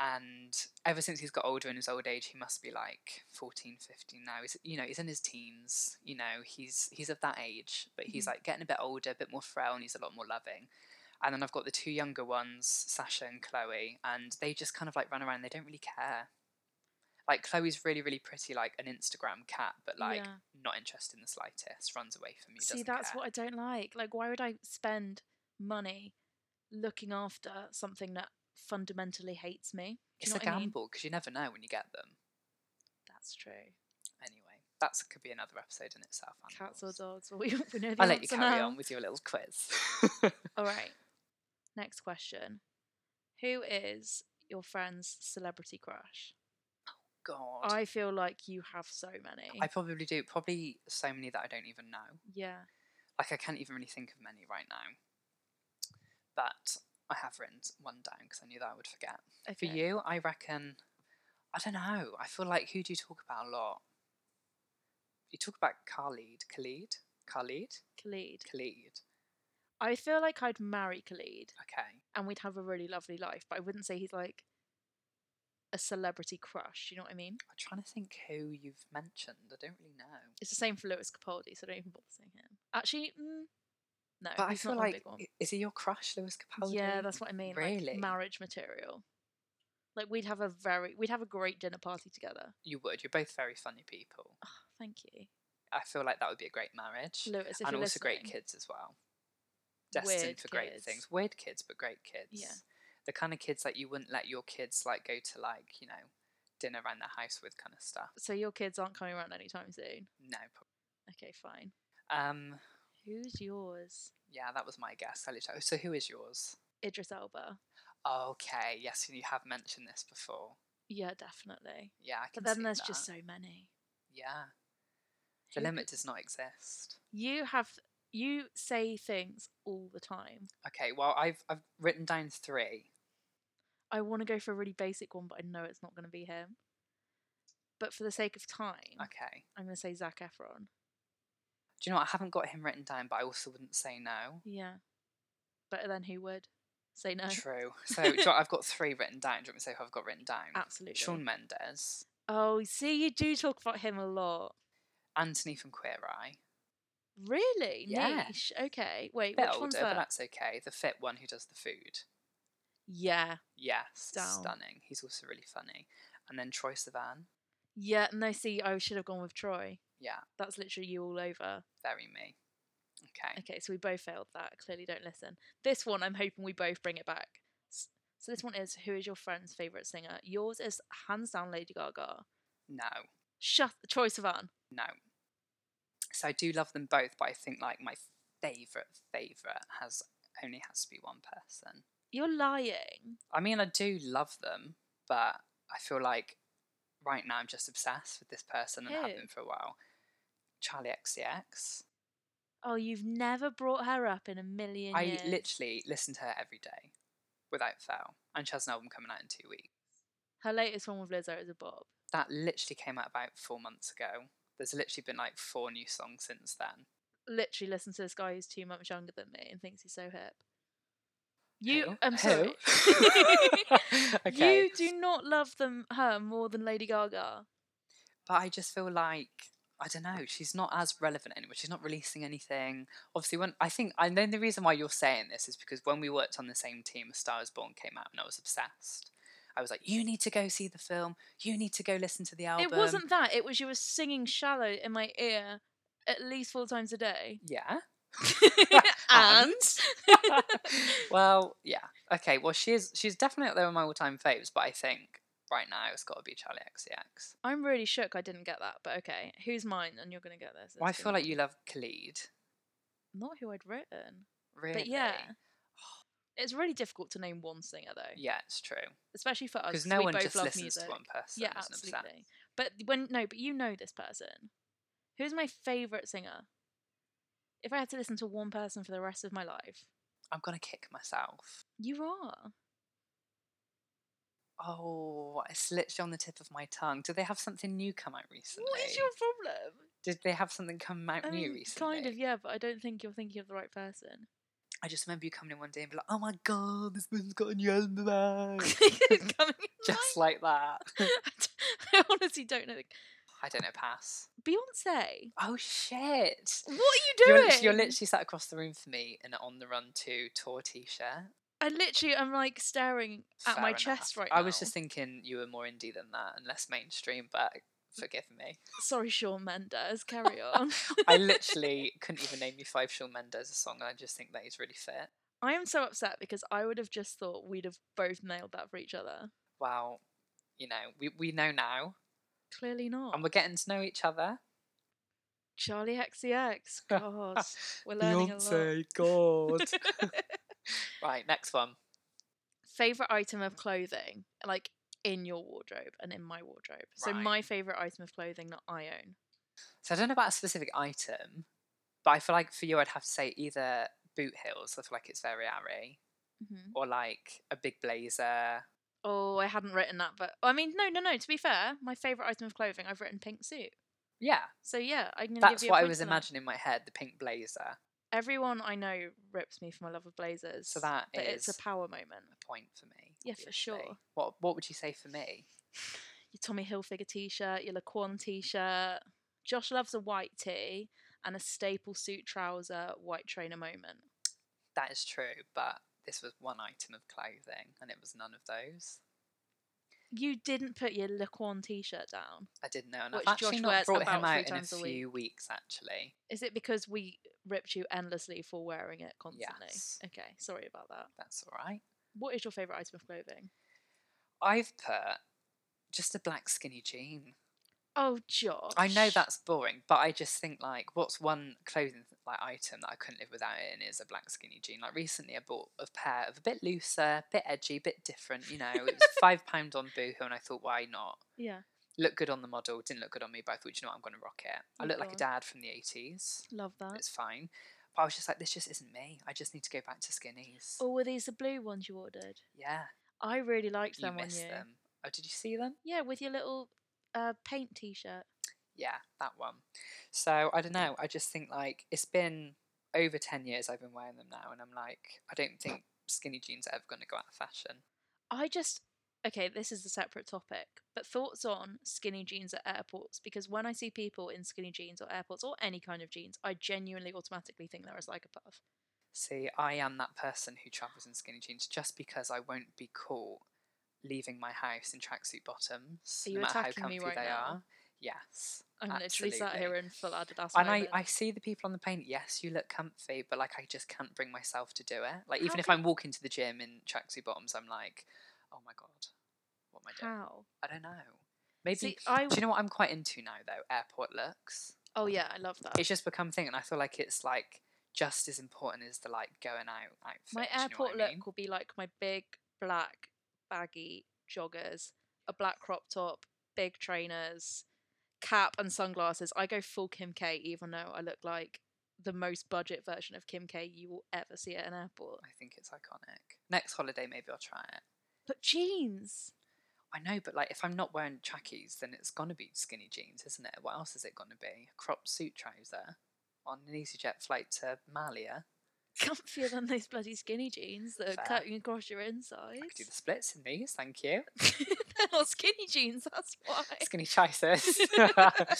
Speaker 1: And ever since he's got older in his old age, he must be like 14, 15 now. He's, you know, he's in his teens. You know, he's he's of that age, but he's
Speaker 2: Mhm.
Speaker 1: like getting a bit older, a bit more frail, and he's a lot more loving. And then I've got the two younger ones, Sasha and Chloe, and they just kind of like run around. They don't really care. Like Chloe's really, really pretty, like an Instagram cat, but like
Speaker 2: Yeah.
Speaker 1: not interested in the slightest. Runs away from you.
Speaker 2: See,
Speaker 1: doesn't
Speaker 2: that's
Speaker 1: care.
Speaker 2: what I don't like. Like, why would I spend money looking after something that fundamentally hates me? Do
Speaker 1: It's
Speaker 2: you
Speaker 1: a
Speaker 2: know what I mean?
Speaker 1: gamble because you never know when you get them.
Speaker 2: That's true.
Speaker 1: Anyway, that could be another episode in itself.
Speaker 2: Cats or
Speaker 1: animals.
Speaker 2: dogs? (laughs) Well, we, we know the
Speaker 1: I'll let you
Speaker 2: answer
Speaker 1: carry
Speaker 2: now.
Speaker 1: on with your little quiz.
Speaker 2: (laughs) All right. Next question. Who is your friend's celebrity crush?
Speaker 1: God, I,
Speaker 2: I feel like you have so many.
Speaker 1: probably do. Probably so many that I don't even know.
Speaker 2: yeah.
Speaker 1: Like I can't even really think of many right now. But I have written one down because I knew that I would forget. For
Speaker 2: Okay.
Speaker 1: you, I reckon. I don't know. I feel like who do you talk about a lot? You talk about Khalid, Khalid, Khalid,
Speaker 2: Khalid.
Speaker 1: Khalid.
Speaker 2: I feel like I'd marry Khalid
Speaker 1: Okay.
Speaker 2: and we'd have a really lovely life, but I wouldn't say he's like a celebrity crush. You know what I mean?
Speaker 1: I'm trying to think who you've mentioned. I don't really know.
Speaker 2: It's the same for Lewis Capaldi, so don't even bother saying him. Actually, mm, no,
Speaker 1: But I
Speaker 2: he's not
Speaker 1: feel
Speaker 2: my
Speaker 1: like
Speaker 2: big one.
Speaker 1: i- is he your crush, Lewis Capaldi?
Speaker 2: yeah, that's what I mean.
Speaker 1: Really?
Speaker 2: Like marriage material. Like we'd have a very, we'd have a great dinner party together. (sighs)
Speaker 1: you would. You're both very funny people.
Speaker 2: Oh, thank you,
Speaker 1: I feel like that would be a great marriage,
Speaker 2: Lewis. If
Speaker 1: and also
Speaker 2: you're
Speaker 1: great
Speaker 2: listening.
Speaker 1: kids as well. Destined
Speaker 2: Weird
Speaker 1: for great
Speaker 2: kids.
Speaker 1: things. Weird kids, but great kids. The kind of kids that you wouldn't let your kids like go to like you know dinner around their house with kind of stuff.
Speaker 2: So your kids aren't coming around anytime soon.
Speaker 1: No. prob-
Speaker 2: Okay, fine.
Speaker 1: Um.
Speaker 2: Who's yours?
Speaker 1: Yeah, that was my guess. I literally- So who is yours?
Speaker 2: Idris Elba.
Speaker 1: Okay. Yes, you have mentioned this before.
Speaker 2: Yeah, definitely.
Speaker 1: Yeah, I can
Speaker 2: But then
Speaker 1: see
Speaker 2: there's
Speaker 1: that.
Speaker 2: just so many.
Speaker 1: yeah. The
Speaker 2: Who
Speaker 1: limit
Speaker 2: could-
Speaker 1: does not exist.
Speaker 2: You have you say things all the time.
Speaker 1: Okay, well, I've I've written down three.
Speaker 2: I want to go for a really basic one, but I know it's not going to be him. But for the sake of time,
Speaker 1: Okay.
Speaker 2: I'm going to say Zach Efron.
Speaker 1: Do you know what? I haven't got him written down, but I also wouldn't say no.
Speaker 2: Yeah. Better than who would say no? (laughs)
Speaker 1: True. So do you know what? I've got three written down. Do you want me to say who I've got written down?
Speaker 2: Absolutely.
Speaker 1: Sean Mendes,
Speaker 2: Oh, see, you do talk about him a lot.
Speaker 1: Anthony from Queer Eye.
Speaker 2: Really?
Speaker 1: Yeah.
Speaker 2: Niche. Okay. Wait,
Speaker 1: A bit
Speaker 2: which
Speaker 1: older,
Speaker 2: one's
Speaker 1: but
Speaker 2: that?
Speaker 1: that's okay. The fit one who does the food.
Speaker 2: Yeah.
Speaker 1: Yes,
Speaker 2: Down.
Speaker 1: stunning. He's also really funny. And then Troy Sivan.
Speaker 2: Yeah. No, see, I should have gone with Troy.
Speaker 1: Yeah,
Speaker 2: That's literally you all over.
Speaker 1: very me. Okay.
Speaker 2: Okay, so we both failed that. Clearly, don't listen. This one, I'm hoping we both bring it back. S- So this one is who is your friend's favorite singer? Yours is hands down Lady Gaga.
Speaker 1: No,
Speaker 2: Shut Troy Sivan.
Speaker 1: no. So I do love them both, but I think like my favorite favorite has only has to be one person.
Speaker 2: You're lying.
Speaker 1: I mean, I do love them, but I feel like right now I'm just obsessed with this person and have
Speaker 2: Who?
Speaker 1: been for a while. Charlie XCX.
Speaker 2: Oh, you've never brought her up in a million
Speaker 1: I
Speaker 2: years.
Speaker 1: literally listen to her every day without fail, and she has an album coming out in two weeks.
Speaker 2: her latest one with Lizzo is a bob.
Speaker 1: That literally came out about four months ago. There's literally been like four new songs since then.
Speaker 2: Literally, listen to this guy who's two months younger than me and thinks he's so hip. You,
Speaker 1: Who?
Speaker 2: I'm
Speaker 1: Who? (laughs)
Speaker 2: sorry.
Speaker 1: okay.
Speaker 2: (laughs) You do not love them her more than Lady Gaga.
Speaker 1: but I just feel like I don't know. She's not as relevant anymore. She's not releasing anything. Obviously, when I think I know the reason why you're saying this is because when we worked on the same team, A Star Is Born came out, and I was obsessed. I was like, you need to go see the film. You need to go listen to the album.
Speaker 2: It wasn't that. It was you were singing "Shallow" in my ear at least four times a day.
Speaker 1: (laughs)
Speaker 2: (laughs)
Speaker 1: Yeah.
Speaker 2: and
Speaker 1: well, yeah. Okay. Well, she's she's definitely up there with my all-time faves, but I think right now it's got to be Charlie XCX.
Speaker 2: (laughs) I'm really shook. I didn't get that, but okay. Who's mine? And you're gonna get this.
Speaker 1: Well, I
Speaker 2: It's
Speaker 1: feel
Speaker 2: gonna-
Speaker 1: like you love Khalid.
Speaker 2: not who I'd written,
Speaker 1: Really?
Speaker 2: but yeah. It's really difficult to name one singer though,
Speaker 1: Yeah, it's true.
Speaker 2: especially for us.
Speaker 1: Because
Speaker 2: 'cause
Speaker 1: no
Speaker 2: we
Speaker 1: one
Speaker 2: both
Speaker 1: just
Speaker 2: love
Speaker 1: listens
Speaker 2: music.
Speaker 1: to one person.
Speaker 2: Yeah,
Speaker 1: as an obsession.
Speaker 2: absolutely. But when no, but you know this person. Who's my favorite singer? If I had to listen to one person for the rest of my life,
Speaker 1: I'm gonna kick myself.
Speaker 2: you are.
Speaker 1: Oh, it's literally on the tip of my tongue. Did they have something new come out recently?
Speaker 2: What is your problem?
Speaker 1: Did they have something come out
Speaker 2: I
Speaker 1: new
Speaker 2: mean,
Speaker 1: recently?
Speaker 2: kind of, yeah, but I don't think you're thinking of the right person. (laughs)
Speaker 1: I just remember you coming in one day and be like, "Oh my god, this man's got a new
Speaker 2: (laughs)
Speaker 1: album out," (laughs)
Speaker 2: It's coming in
Speaker 1: Mm. just like that.
Speaker 2: line. (laughs) I honestly don't know.
Speaker 1: I don't know. Pass.
Speaker 2: Beyonce.
Speaker 1: Oh shit!
Speaker 2: What are you doing?
Speaker 1: You're literally, you're literally sat across the room from me in an on the run to tour t-shirt.
Speaker 2: I literally am like staring at
Speaker 1: Fair
Speaker 2: my
Speaker 1: enough.
Speaker 2: chest right now. Mm.
Speaker 1: I was just thinking you were more indie than that and less mainstream, but forgive me.
Speaker 2: sorry, Shawn
Speaker 1: (laughs)
Speaker 2: Mendes. Carry on. (laughs)
Speaker 1: I literally couldn't even name you five Shawn Mendes a song, and I just think that he's really fit.
Speaker 2: I am so upset because I would have just thought we'd have both nailed that for each other.
Speaker 1: Well, you know, we, we know now,
Speaker 2: Clearly not.
Speaker 1: and we're getting to know each other.
Speaker 2: Charlie
Speaker 1: (laughs)
Speaker 2: XCX. E God, we're learning a (laughs) lot.
Speaker 1: God. (laughs) right, next one.
Speaker 2: favorite item of clothing, like in your wardrobe and in my wardrobe. So
Speaker 1: Right.
Speaker 2: my favorite item of clothing that I own.
Speaker 1: So I don't know about a specific item, but I feel like for you, I'd have to say either boot heels. I feel like it's very airy, or like a big blazer.
Speaker 2: Oh, I hadn't written that, but I mean, no, no, no. To be fair, my favorite item of clothing, I've written pink suit.
Speaker 1: Yeah,
Speaker 2: So yeah, I'm gonna
Speaker 1: that's
Speaker 2: give you. a
Speaker 1: what I
Speaker 2: point
Speaker 1: was
Speaker 2: for that.
Speaker 1: imagining in my head. The pink blazer.
Speaker 2: Everyone I know rips me for my love of blazers.
Speaker 1: So that
Speaker 2: but it's
Speaker 1: is-
Speaker 2: a power moment. (sighs)
Speaker 1: A point for me.
Speaker 2: Yeah, for
Speaker 1: obviously.
Speaker 2: sure.
Speaker 1: What What would you say for me?
Speaker 2: Your Tommy Hilfiger t-shirt, your Laquan t-shirt. Josh loves a white tee and a staple suit trouser, white trainer moment.
Speaker 1: That is true, but this was one item of clothing, and it was none of those.
Speaker 2: You didn't put your Laquan t-shirt down.
Speaker 1: I didn't know, and
Speaker 2: Which
Speaker 1: I've actually
Speaker 2: Josh
Speaker 1: not
Speaker 2: wears
Speaker 1: brought him
Speaker 2: about three
Speaker 1: out in a
Speaker 2: times a week.
Speaker 1: few weeks. Actually,
Speaker 2: Is it because we ripped you endlessly for wearing it constantly?
Speaker 1: Yes.
Speaker 2: Okay, sorry about that.
Speaker 1: that's all right.
Speaker 2: What is your favorite item of clothing?
Speaker 1: I've put just a black skinny jean.
Speaker 2: Oh, Josh.
Speaker 1: I know that's boring, but I just think like, what's one clothing like item that I couldn't live without it in is a black skinny jean. Like recently, I bought a pair of a bit looser, bit edgy, bit different. You know,
Speaker 2: (laughs)
Speaker 1: it was five pound on Boohoo, and I thought, why not?
Speaker 2: Yeah,
Speaker 1: Looked good on the model, didn't look good on me, but I thought, you know what, I'm going to rock it. I
Speaker 2: You
Speaker 1: look like
Speaker 2: go
Speaker 1: a dad from the eighties.
Speaker 2: love that.
Speaker 1: It's fine. But I was just like, this just isn't me. I just need to go back to skinnies.
Speaker 2: Oh, were these the blue ones you ordered?
Speaker 1: Yeah.
Speaker 2: I really liked
Speaker 1: you
Speaker 2: them on
Speaker 1: miss
Speaker 2: you.
Speaker 1: them. Oh, did you see them?
Speaker 2: Yeah, with your little uh, paint t-shirt.
Speaker 1: Yeah, that one. So I don't know. I just think like it's been over ten years I've been wearing them now, and I'm like, I don't think skinny jeans are ever going to go out of fashion.
Speaker 2: I just okay, this is a separate topic, but thoughts on skinny jeans at airports because when I see people in skinny jeans or airports or any kind of jeans, I genuinely automatically think they're a psychopath.
Speaker 1: See, I am that person who travels in skinny jeans just because I won't be caught leaving my house in tracksuit bottoms,
Speaker 2: Are you
Speaker 1: no matter how
Speaker 2: attacking me
Speaker 1: comfy
Speaker 2: right
Speaker 1: they
Speaker 2: now?
Speaker 1: are. Yes,
Speaker 2: I'm literally sat here in full Adidas.
Speaker 1: and I,
Speaker 2: moment.
Speaker 1: I see the people on the plane. Yes, you look comfy, but like I just can't bring myself to do it. Like even
Speaker 2: How
Speaker 1: if
Speaker 2: can-
Speaker 1: I'm walking to the gym in tracksuit bottoms, I'm like, oh my god, what am I doing?
Speaker 2: how
Speaker 1: I don't know. Maybe
Speaker 2: see I
Speaker 1: do you know what I'm quite into now though? Airport looks.
Speaker 2: Oh yeah, I love that.
Speaker 1: It's just become a thing, and I feel like it's like just as important as the like going out outfit.
Speaker 2: My
Speaker 1: do you know
Speaker 2: airport
Speaker 1: what I
Speaker 2: look
Speaker 1: mean?
Speaker 2: will be like my big black baggy joggers, a black crop top, big trainers, cap and sunglasses. I go full Kim K even though I look like the most budget version of Kim K you will ever see at an airport.
Speaker 1: I think it's iconic. Next holiday, maybe I'll try it.
Speaker 2: But jeans. (laughs)
Speaker 1: I know, but like if I'm not wearing trackies, then it's gonna be skinny jeans, isn't it? What else is it gonna be? A crop suit trouser on an EasyJet flight to Malia.
Speaker 2: Comfier than those bloody skinny jeans that
Speaker 1: Fair.
Speaker 2: are cutting across your
Speaker 1: I could do the
Speaker 2: insides.
Speaker 1: splits in these, thank you.
Speaker 2: (laughs) They're not skinny jeans, that's why.
Speaker 1: Skinny choices.
Speaker 2: (laughs)
Speaker 1: (laughs) okay.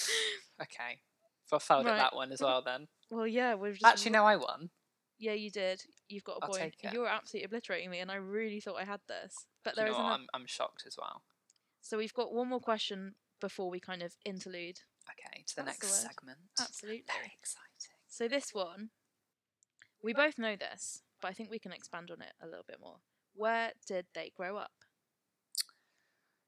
Speaker 1: So I failed
Speaker 2: Right.
Speaker 1: at that one as well then.
Speaker 2: Well, yeah, we're (laughs) just
Speaker 1: Actually, no, I won.
Speaker 2: Yeah, you did. You've got a
Speaker 1: I'll
Speaker 2: point.
Speaker 1: take it.
Speaker 2: You're absolutely obliterating me, and I really thought I had this. But
Speaker 1: Do you
Speaker 2: there is
Speaker 1: know what?
Speaker 2: another.
Speaker 1: I'm, I'm shocked as well.
Speaker 2: So we've got one more question before we kind of interlude.
Speaker 1: Okay,
Speaker 2: That's
Speaker 1: to the
Speaker 2: the
Speaker 1: next
Speaker 2: word.
Speaker 1: segment.
Speaker 2: Absolutely.
Speaker 1: Very exciting.
Speaker 2: So this one, we both know this, but I think we can expand on it a little bit more. Where did they grow up?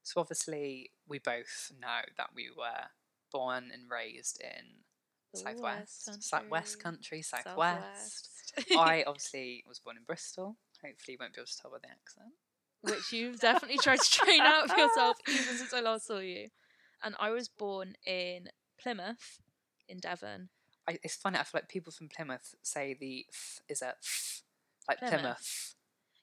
Speaker 1: So obviously, we both know that we were born and raised in
Speaker 2: The
Speaker 1: Southwest,
Speaker 2: West
Speaker 1: South West
Speaker 2: Country,
Speaker 1: Country, Southwest.
Speaker 2: Southwest.
Speaker 1: I obviously was born in Bristol. Hopefully, you won't be able to tell by the accent.
Speaker 2: (laughs) Which you've definitely tried to train out of
Speaker 1: (laughs)
Speaker 2: yourself even since I last saw you. And I was born in Plymouth, in Devon.
Speaker 1: I, it's funny. I feel like people from Plymouth say the th is a th, like
Speaker 2: Plymouth.
Speaker 1: Plymouth.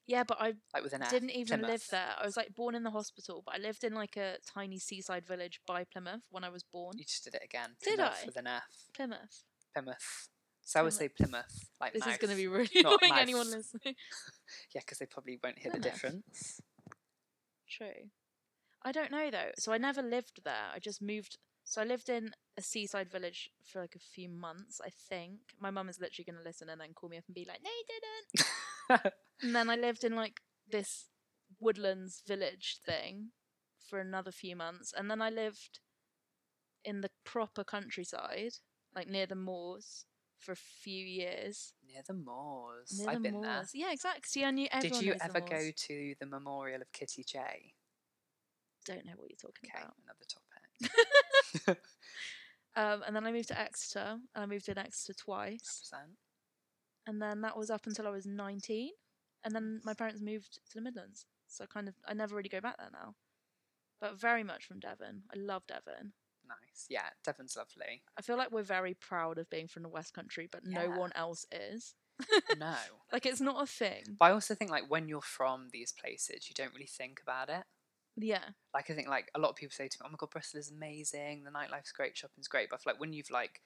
Speaker 2: Yeah, but I
Speaker 1: like with an F.
Speaker 2: didn't even
Speaker 1: Plymouth.
Speaker 2: live there. I was like born in the hospital, but I lived in like a tiny seaside village by Plymouth when I was born.
Speaker 1: You just did it again.
Speaker 2: Did
Speaker 1: Plymouth
Speaker 2: I?
Speaker 1: with an F?
Speaker 2: Plymouth.
Speaker 1: Plymouth. So I would say Plymouth. Like
Speaker 2: This is going to
Speaker 1: mouth.
Speaker 2: be really
Speaker 1: (laughs) not
Speaker 2: annoying anyone
Speaker 1: mouth.
Speaker 2: listening. (laughs)
Speaker 1: yeah, because they probably won't hear the
Speaker 2: Plymouth. (laughs)
Speaker 1: difference.
Speaker 2: True. I don't know though. So I never lived there. I just moved. So I lived in a seaside village for like a few months, I think. My mum is literally going to listen and then call me up and be like, "No, you didn't." And then I lived in like this woodlands village thing for another few months, and then I lived in the proper countryside, like near the moors, for a few years.
Speaker 1: Near the moors.
Speaker 2: Near
Speaker 1: I've
Speaker 2: the
Speaker 1: been
Speaker 2: moors.
Speaker 1: there.
Speaker 2: Yeah, exactly. See, I knew everyone.
Speaker 1: Did you
Speaker 2: knows the
Speaker 1: ever
Speaker 2: moors.
Speaker 1: go to the memorial of Kitty J? Okay,
Speaker 2: Don't know what you're talking about.
Speaker 1: another topic.
Speaker 2: Um, and then I moved to Exeter, and I moved in Exeter twice,
Speaker 1: Percent.
Speaker 2: and then that was up until I was nineteen, and then my parents moved to the Midlands, so I kind of I never really go back there now, but very much from Devon. I love Devon.
Speaker 1: nice. Yeah,
Speaker 2: (laughs)
Speaker 1: Devon's lovely.
Speaker 2: I feel like we're very proud of being from the West Country, but no
Speaker 1: Yeah.
Speaker 2: one else is.
Speaker 1: no.
Speaker 2: Like it's not a thing.
Speaker 1: But I also think like when you're from these places, you don't really think about it.
Speaker 2: Yeah,
Speaker 1: Like I think like a lot of people say to me, "Oh my god, Bristol is amazing. The nightlife's great, shopping's great." But I feel like when you've like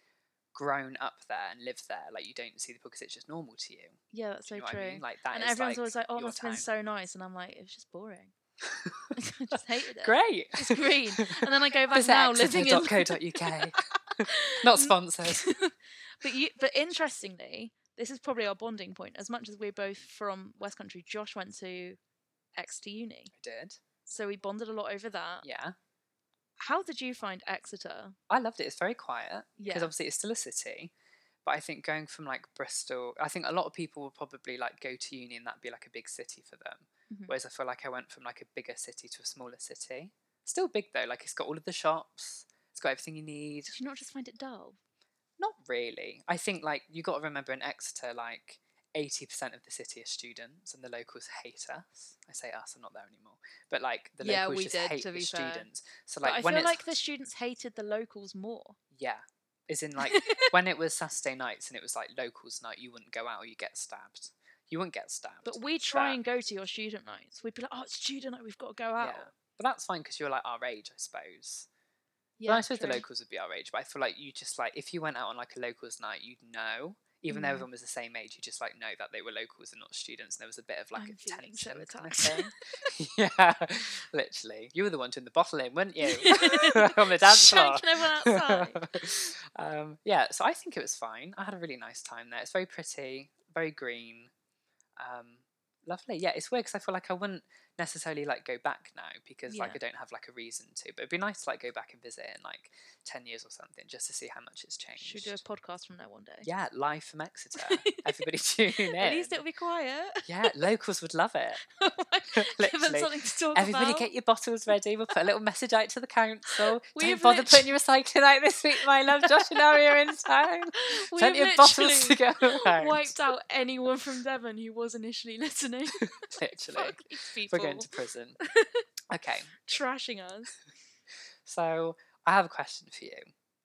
Speaker 1: grown up there and lived there, like you don't see the because it's just normal to you.
Speaker 2: yeah, that's
Speaker 1: Do
Speaker 2: so
Speaker 1: you know
Speaker 2: true.
Speaker 1: what I mean? Like that
Speaker 2: and
Speaker 1: is,
Speaker 2: everyone's always like, "Oh, it
Speaker 1: your
Speaker 2: must have been
Speaker 1: (laughs)
Speaker 2: so nice," and I'm like, "It was just boring. (laughs) I just hated it."
Speaker 1: great. (laughs)
Speaker 2: It's green. (laughs) And then I go back
Speaker 1: Visit
Speaker 2: now, living in
Speaker 1: exeter.co.uk.
Speaker 2: (laughs)
Speaker 1: Not sponsored.
Speaker 2: but you, but interestingly, this is probably our bonding point. As much as we're both from West Country, Josh went to Exeter Uni,
Speaker 1: I did.
Speaker 2: so we bonded a lot over that.
Speaker 1: Yeah.
Speaker 2: How did you find Exeter?
Speaker 1: I loved it. It's very quiet because
Speaker 2: Yeah.
Speaker 1: obviously it's still a city. But I think going from like Bristol, I think a lot of people will probably like go to uni and that'd be like a big city for them.
Speaker 2: Mhm.
Speaker 1: Whereas I feel like I went from like a bigger city to a smaller city. Still big though. Like it's got all of the shops. It's got everything you need.
Speaker 2: Did you not just find it dull?
Speaker 1: Not really. I think like you got to remember in Exeter, like eighty percent of the city are students, and the locals hate us. I say us. I'm not there anymore. But like the
Speaker 2: Yeah,
Speaker 1: locals
Speaker 2: we
Speaker 1: just
Speaker 2: did,
Speaker 1: hate
Speaker 2: to
Speaker 1: the
Speaker 2: be fair.
Speaker 1: students. So
Speaker 2: But
Speaker 1: like
Speaker 2: I
Speaker 1: when
Speaker 2: feel
Speaker 1: it's
Speaker 2: like the students hated the locals more.
Speaker 1: yeah, is in
Speaker 2: (laughs)
Speaker 1: like when it was Saturday nights and it was like locals night, you wouldn't go out or you get stabbed. You wouldn't get stabbed.
Speaker 2: But we try
Speaker 1: But-
Speaker 2: and go to your student nights. We'd be like, "Oh, it's student night. We've got to go
Speaker 1: yeah.
Speaker 2: out."
Speaker 1: But that's fine because you're like our age, I suppose.
Speaker 2: Yeah,
Speaker 1: but I suppose
Speaker 2: true.
Speaker 1: the locals would be our age. But I feel like you just like if you went out on like a locals night, you'd know. Even though
Speaker 2: Mm.
Speaker 1: everyone was the same age, you just like know that they were locals and not students. And there was a bit of like
Speaker 2: I'm
Speaker 1: a
Speaker 2: feeling so
Speaker 1: tension kind of
Speaker 2: attacked.
Speaker 1: thing. (laughs) yeah, literally. You were the one doing the bottling,
Speaker 2: (laughs)
Speaker 1: weren't you? (laughs) on the dance floor.
Speaker 2: Shanking (laughs) everyone outside.
Speaker 1: (laughs) um, yeah, so I think it was fine. I had a really nice time there. It's very pretty, very green, um, lovely. Yeah, it's weird because I feel like I wouldn't necessarily like go back now because like
Speaker 2: Yeah.
Speaker 1: I don't have like a reason to. But it'd be nice to like go back and visit in like ten years or something just to see how much it's changed.
Speaker 2: Should do a podcast from there one day.
Speaker 1: yeah, live
Speaker 2: (laughs)
Speaker 1: from Exeter. Everybody (laughs) tune in.
Speaker 2: At least it'll be quiet. (laughs)
Speaker 1: yeah, locals would love it. (laughs)
Speaker 2: Give them
Speaker 1: Literally.
Speaker 2: something to talk
Speaker 1: Everybody
Speaker 2: about.
Speaker 1: get your bottles ready. We'll put a little message out to the council.
Speaker 2: We
Speaker 1: Don't
Speaker 2: have
Speaker 1: bother
Speaker 2: lit-
Speaker 1: putting your recycling out this week, my love. Josh and Ari are in
Speaker 2: (laughs)
Speaker 1: town.
Speaker 2: (laughs) We
Speaker 1: Plenty
Speaker 2: have
Speaker 1: of bottles to
Speaker 2: literally
Speaker 1: go (laughs)
Speaker 2: (laughs)
Speaker 1: around.
Speaker 2: Wiped out anyone from Devon who was initially (laughs) listening.
Speaker 1: Literally.
Speaker 2: Fuck these
Speaker 1: We're
Speaker 2: people
Speaker 1: going to
Speaker 2: (laughs)
Speaker 1: prison. okay,
Speaker 2: trashing us.
Speaker 1: so I have a question for you.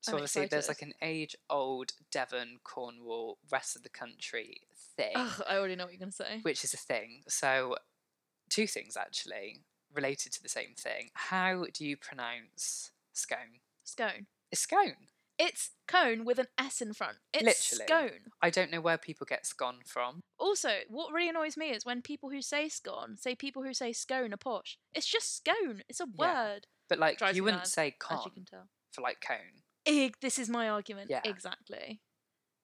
Speaker 1: So
Speaker 2: I'm
Speaker 1: obviously there's like
Speaker 2: excited.
Speaker 1: an age old Devon, Cornwall, rest of the country thing.
Speaker 2: Ugh, I already know what you're gonna say.
Speaker 1: which is a thing. So, two things actually related to the same thing. How do you pronounce scone?
Speaker 2: Scone.
Speaker 1: It's scone.
Speaker 2: It's cone with an S in front. It's
Speaker 1: Literally.
Speaker 2: scone.
Speaker 1: I don't know where people get scone from.
Speaker 2: Also, what really annoys me is when people who say scone say people who say scone are posh. It's just scone. It's a word,
Speaker 1: But like
Speaker 2: Drives
Speaker 1: you
Speaker 2: me
Speaker 1: wouldn't
Speaker 2: mad,
Speaker 1: say
Speaker 2: as you
Speaker 1: con
Speaker 2: can tell.
Speaker 1: for like cone.
Speaker 2: Ig, this is my argument.
Speaker 1: Yeah.
Speaker 2: Exactly.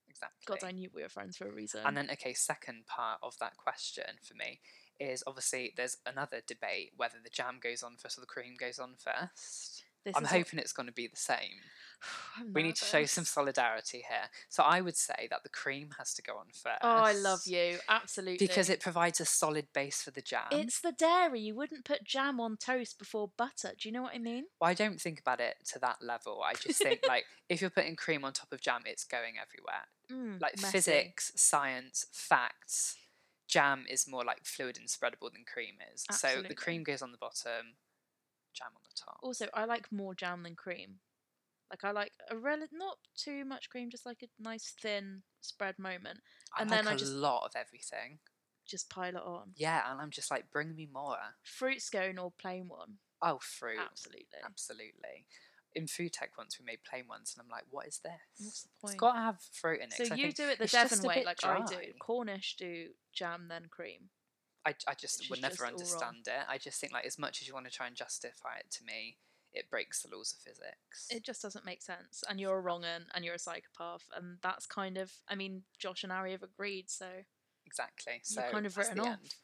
Speaker 1: Exactly.
Speaker 2: God, I knew we were friends for a reason.
Speaker 1: And then okay, second part of that question for me is obviously there's another debate whether the jam goes on first or the cream goes on first.
Speaker 2: this
Speaker 1: I'm
Speaker 2: is what-
Speaker 1: hoping it's going to be the same.
Speaker 2: (sighs) I'm
Speaker 1: We need to show some
Speaker 2: nervous.
Speaker 1: solidarity here. So I would say that the cream has to go on first.
Speaker 2: Oh, I love you. Absolutely.
Speaker 1: because it provides a solid base for the jam.
Speaker 2: It's the dairy. You wouldn't put jam on toast before butter. Do you know what I mean?
Speaker 1: Well, I don't think about it to that level. I just think like if you're putting cream on top of jam, it's going everywhere.
Speaker 2: Mm,
Speaker 1: Like
Speaker 2: messy.
Speaker 1: physics, science, facts. Jam is more like fluid and spreadable than cream is. So
Speaker 2: Absolutely.
Speaker 1: the cream goes on the bottom, jam on the top.
Speaker 2: Also, I like more jam than cream. Like I like a rel- not too much cream, just like a nice thin spread moment.
Speaker 1: I
Speaker 2: and
Speaker 1: like
Speaker 2: then I
Speaker 1: a
Speaker 2: just-
Speaker 1: lot of everything.
Speaker 2: Just pile it on.
Speaker 1: Yeah, and I'm just like, bring me more.
Speaker 2: Fruit scone or plain one.
Speaker 1: Oh, fruit.
Speaker 2: Absolutely.
Speaker 1: Absolutely. In food tech once we made plain ones, and I'm like, what is this?
Speaker 2: What's the
Speaker 1: It's
Speaker 2: point?
Speaker 1: got to have fruit in it. 'cause
Speaker 2: So
Speaker 1: I
Speaker 2: you
Speaker 1: think
Speaker 2: do it the
Speaker 1: it's just
Speaker 2: Devon
Speaker 1: a
Speaker 2: way,
Speaker 1: bit
Speaker 2: like I do.
Speaker 1: dry.
Speaker 2: Cornish do jam then cream.
Speaker 1: I, I just
Speaker 2: Which
Speaker 1: would
Speaker 2: is
Speaker 1: never
Speaker 2: just all wrong.
Speaker 1: understand it. I just think like as much as you want to try and justify it to me, it breaks the laws of physics.
Speaker 2: It just doesn't make sense, and you're a wrong un, and you're a psychopath, and that's kind of. I mean, Josh and Ari have agreed, so
Speaker 1: exactly. So
Speaker 2: you're kind of
Speaker 1: that's
Speaker 2: written
Speaker 1: the
Speaker 2: off.
Speaker 1: end.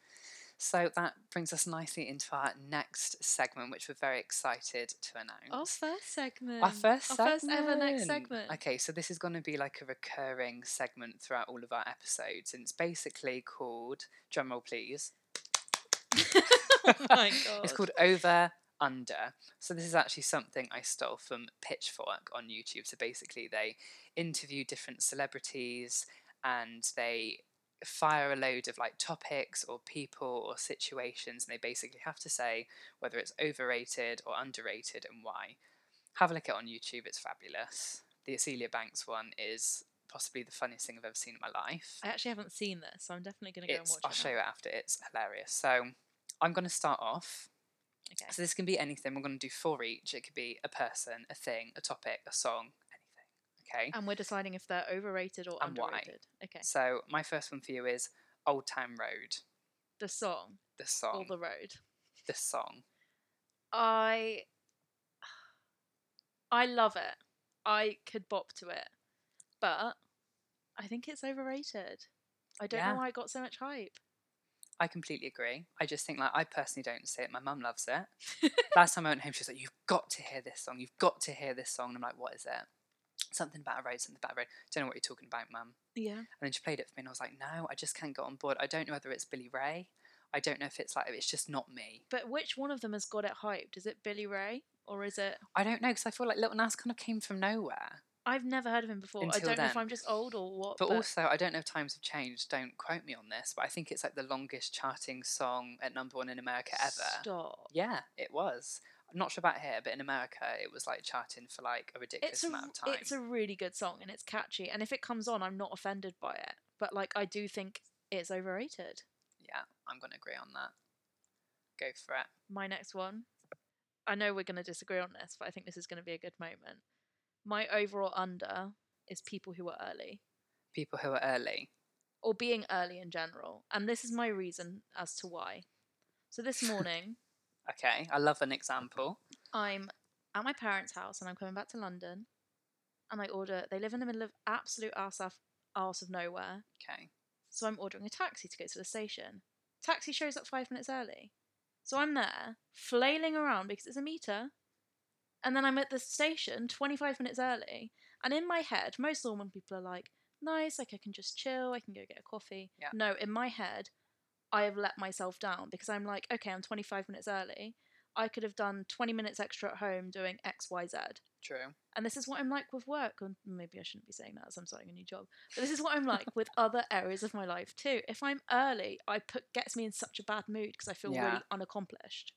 Speaker 1: So that brings us nicely into our next segment, which we're very excited to
Speaker 2: Our
Speaker 1: announce.
Speaker 2: first segment.
Speaker 1: Our first
Speaker 2: Our
Speaker 1: segment.
Speaker 2: first ever next segment.
Speaker 1: Okay, so this is going to be like a recurring segment throughout all of our episodes, and it's basically called drumroll, please.
Speaker 2: (laughs) oh my god.
Speaker 1: (laughs) It's called Over Under. So this is actually something I stole from Pitchfork on YouTube. So basically, they interview different celebrities and they fire a load of like topics or people or situations, and they basically have to say whether it's overrated or underrated and why. Have a look at it on YouTube. It's fabulous. The Acelia Banks one is possibly the funniest thing I've ever seen in my life
Speaker 2: I actually haven't seen this, so I'm definitely going to go
Speaker 1: it's,
Speaker 2: and
Speaker 1: I'll
Speaker 2: watch
Speaker 1: show
Speaker 2: it.
Speaker 1: you
Speaker 2: now.
Speaker 1: after. It's hilarious. So I'm going to start off.
Speaker 2: Okay.
Speaker 1: So this can be anything. We're going to do four each. It could be a person, a thing, a topic, a song, anything. Okay.
Speaker 2: And we're deciding if they're overrated or
Speaker 1: And why.
Speaker 2: underrated. Oh, Okay.
Speaker 1: So my first one for you is Old Town Road.
Speaker 2: The song
Speaker 1: The song.
Speaker 2: or the road.
Speaker 1: the song.
Speaker 2: I I love it. I could bop to it. But I think it's overrated. I don't
Speaker 1: Yeah.
Speaker 2: know why it got so much hype.
Speaker 1: I completely agree. I just think like I personally don't see it. My mum loves it.
Speaker 2: (laughs)
Speaker 1: Last time I went home, she was like, "You've got to hear this song. You've got to hear this song." And I'm like, "What is it? Something about a road. Something about a road. Don't know what you're talking about, mum."
Speaker 2: Yeah.
Speaker 1: And then she played it for me, and I was like, no, I just can't get on board. I don't know whether it's Billy Ray. I don't know if it's like, it's just not me.
Speaker 2: But which one of them has got it hyped? Is it Billy Ray or is it
Speaker 1: I don't know, because I feel like Little Nas kind of came from nowhere.
Speaker 2: I've never heard of him before. I
Speaker 1: Until
Speaker 2: don't know if
Speaker 1: then.
Speaker 2: I'm just old or what.
Speaker 1: But, also, I don't know if times have changed. Don't quote me on this, but I think it's like the longest charting song at number one in America ever.
Speaker 2: Stop.
Speaker 1: Yeah, it was. I'm not sure about here, but in America, it was like charting for like a ridiculous
Speaker 2: it's a
Speaker 1: amount of
Speaker 2: r-
Speaker 1: time.
Speaker 2: it's a really good song and it's catchy and if it comes on I'm not offended by it but like I do think it's overrated.
Speaker 1: Yeah, I'm going to agree on that. Go for it.
Speaker 2: My next one. I know we're going to disagree on this but I think this is going to be a good moment. My overall under is people who are early
Speaker 1: People who are early.
Speaker 2: or being early in general and this is my reason as to why. So this morning
Speaker 1: Okay, I love an example.
Speaker 2: I'm at my parents' house and I'm coming back to London and I order they live in the middle of absolute arse af- arse of nowhere
Speaker 1: Okay.
Speaker 2: So I'm ordering a taxi to go to the station. Taxi shows up five minutes early. So I'm there, flailing around because it's a meter. And then I'm at the station 25 minutes early. And in my head, most normal people are like, nice, like I can just chill, I can go get a coffee.
Speaker 1: Yeah.
Speaker 2: No, in my head, I have let myself down because I'm like, okay, I'm 25 minutes early. I could have done 20 minutes extra at home doing X, Y, Z.
Speaker 1: True.
Speaker 2: And this is what I'm like with work. And maybe I shouldn't be saying that as I'm starting a new job. But this is what I'm like with other areas of my life too. If I'm early, I put gets me in such a bad mood because I feel really
Speaker 1: Yeah.
Speaker 2: unaccomplished.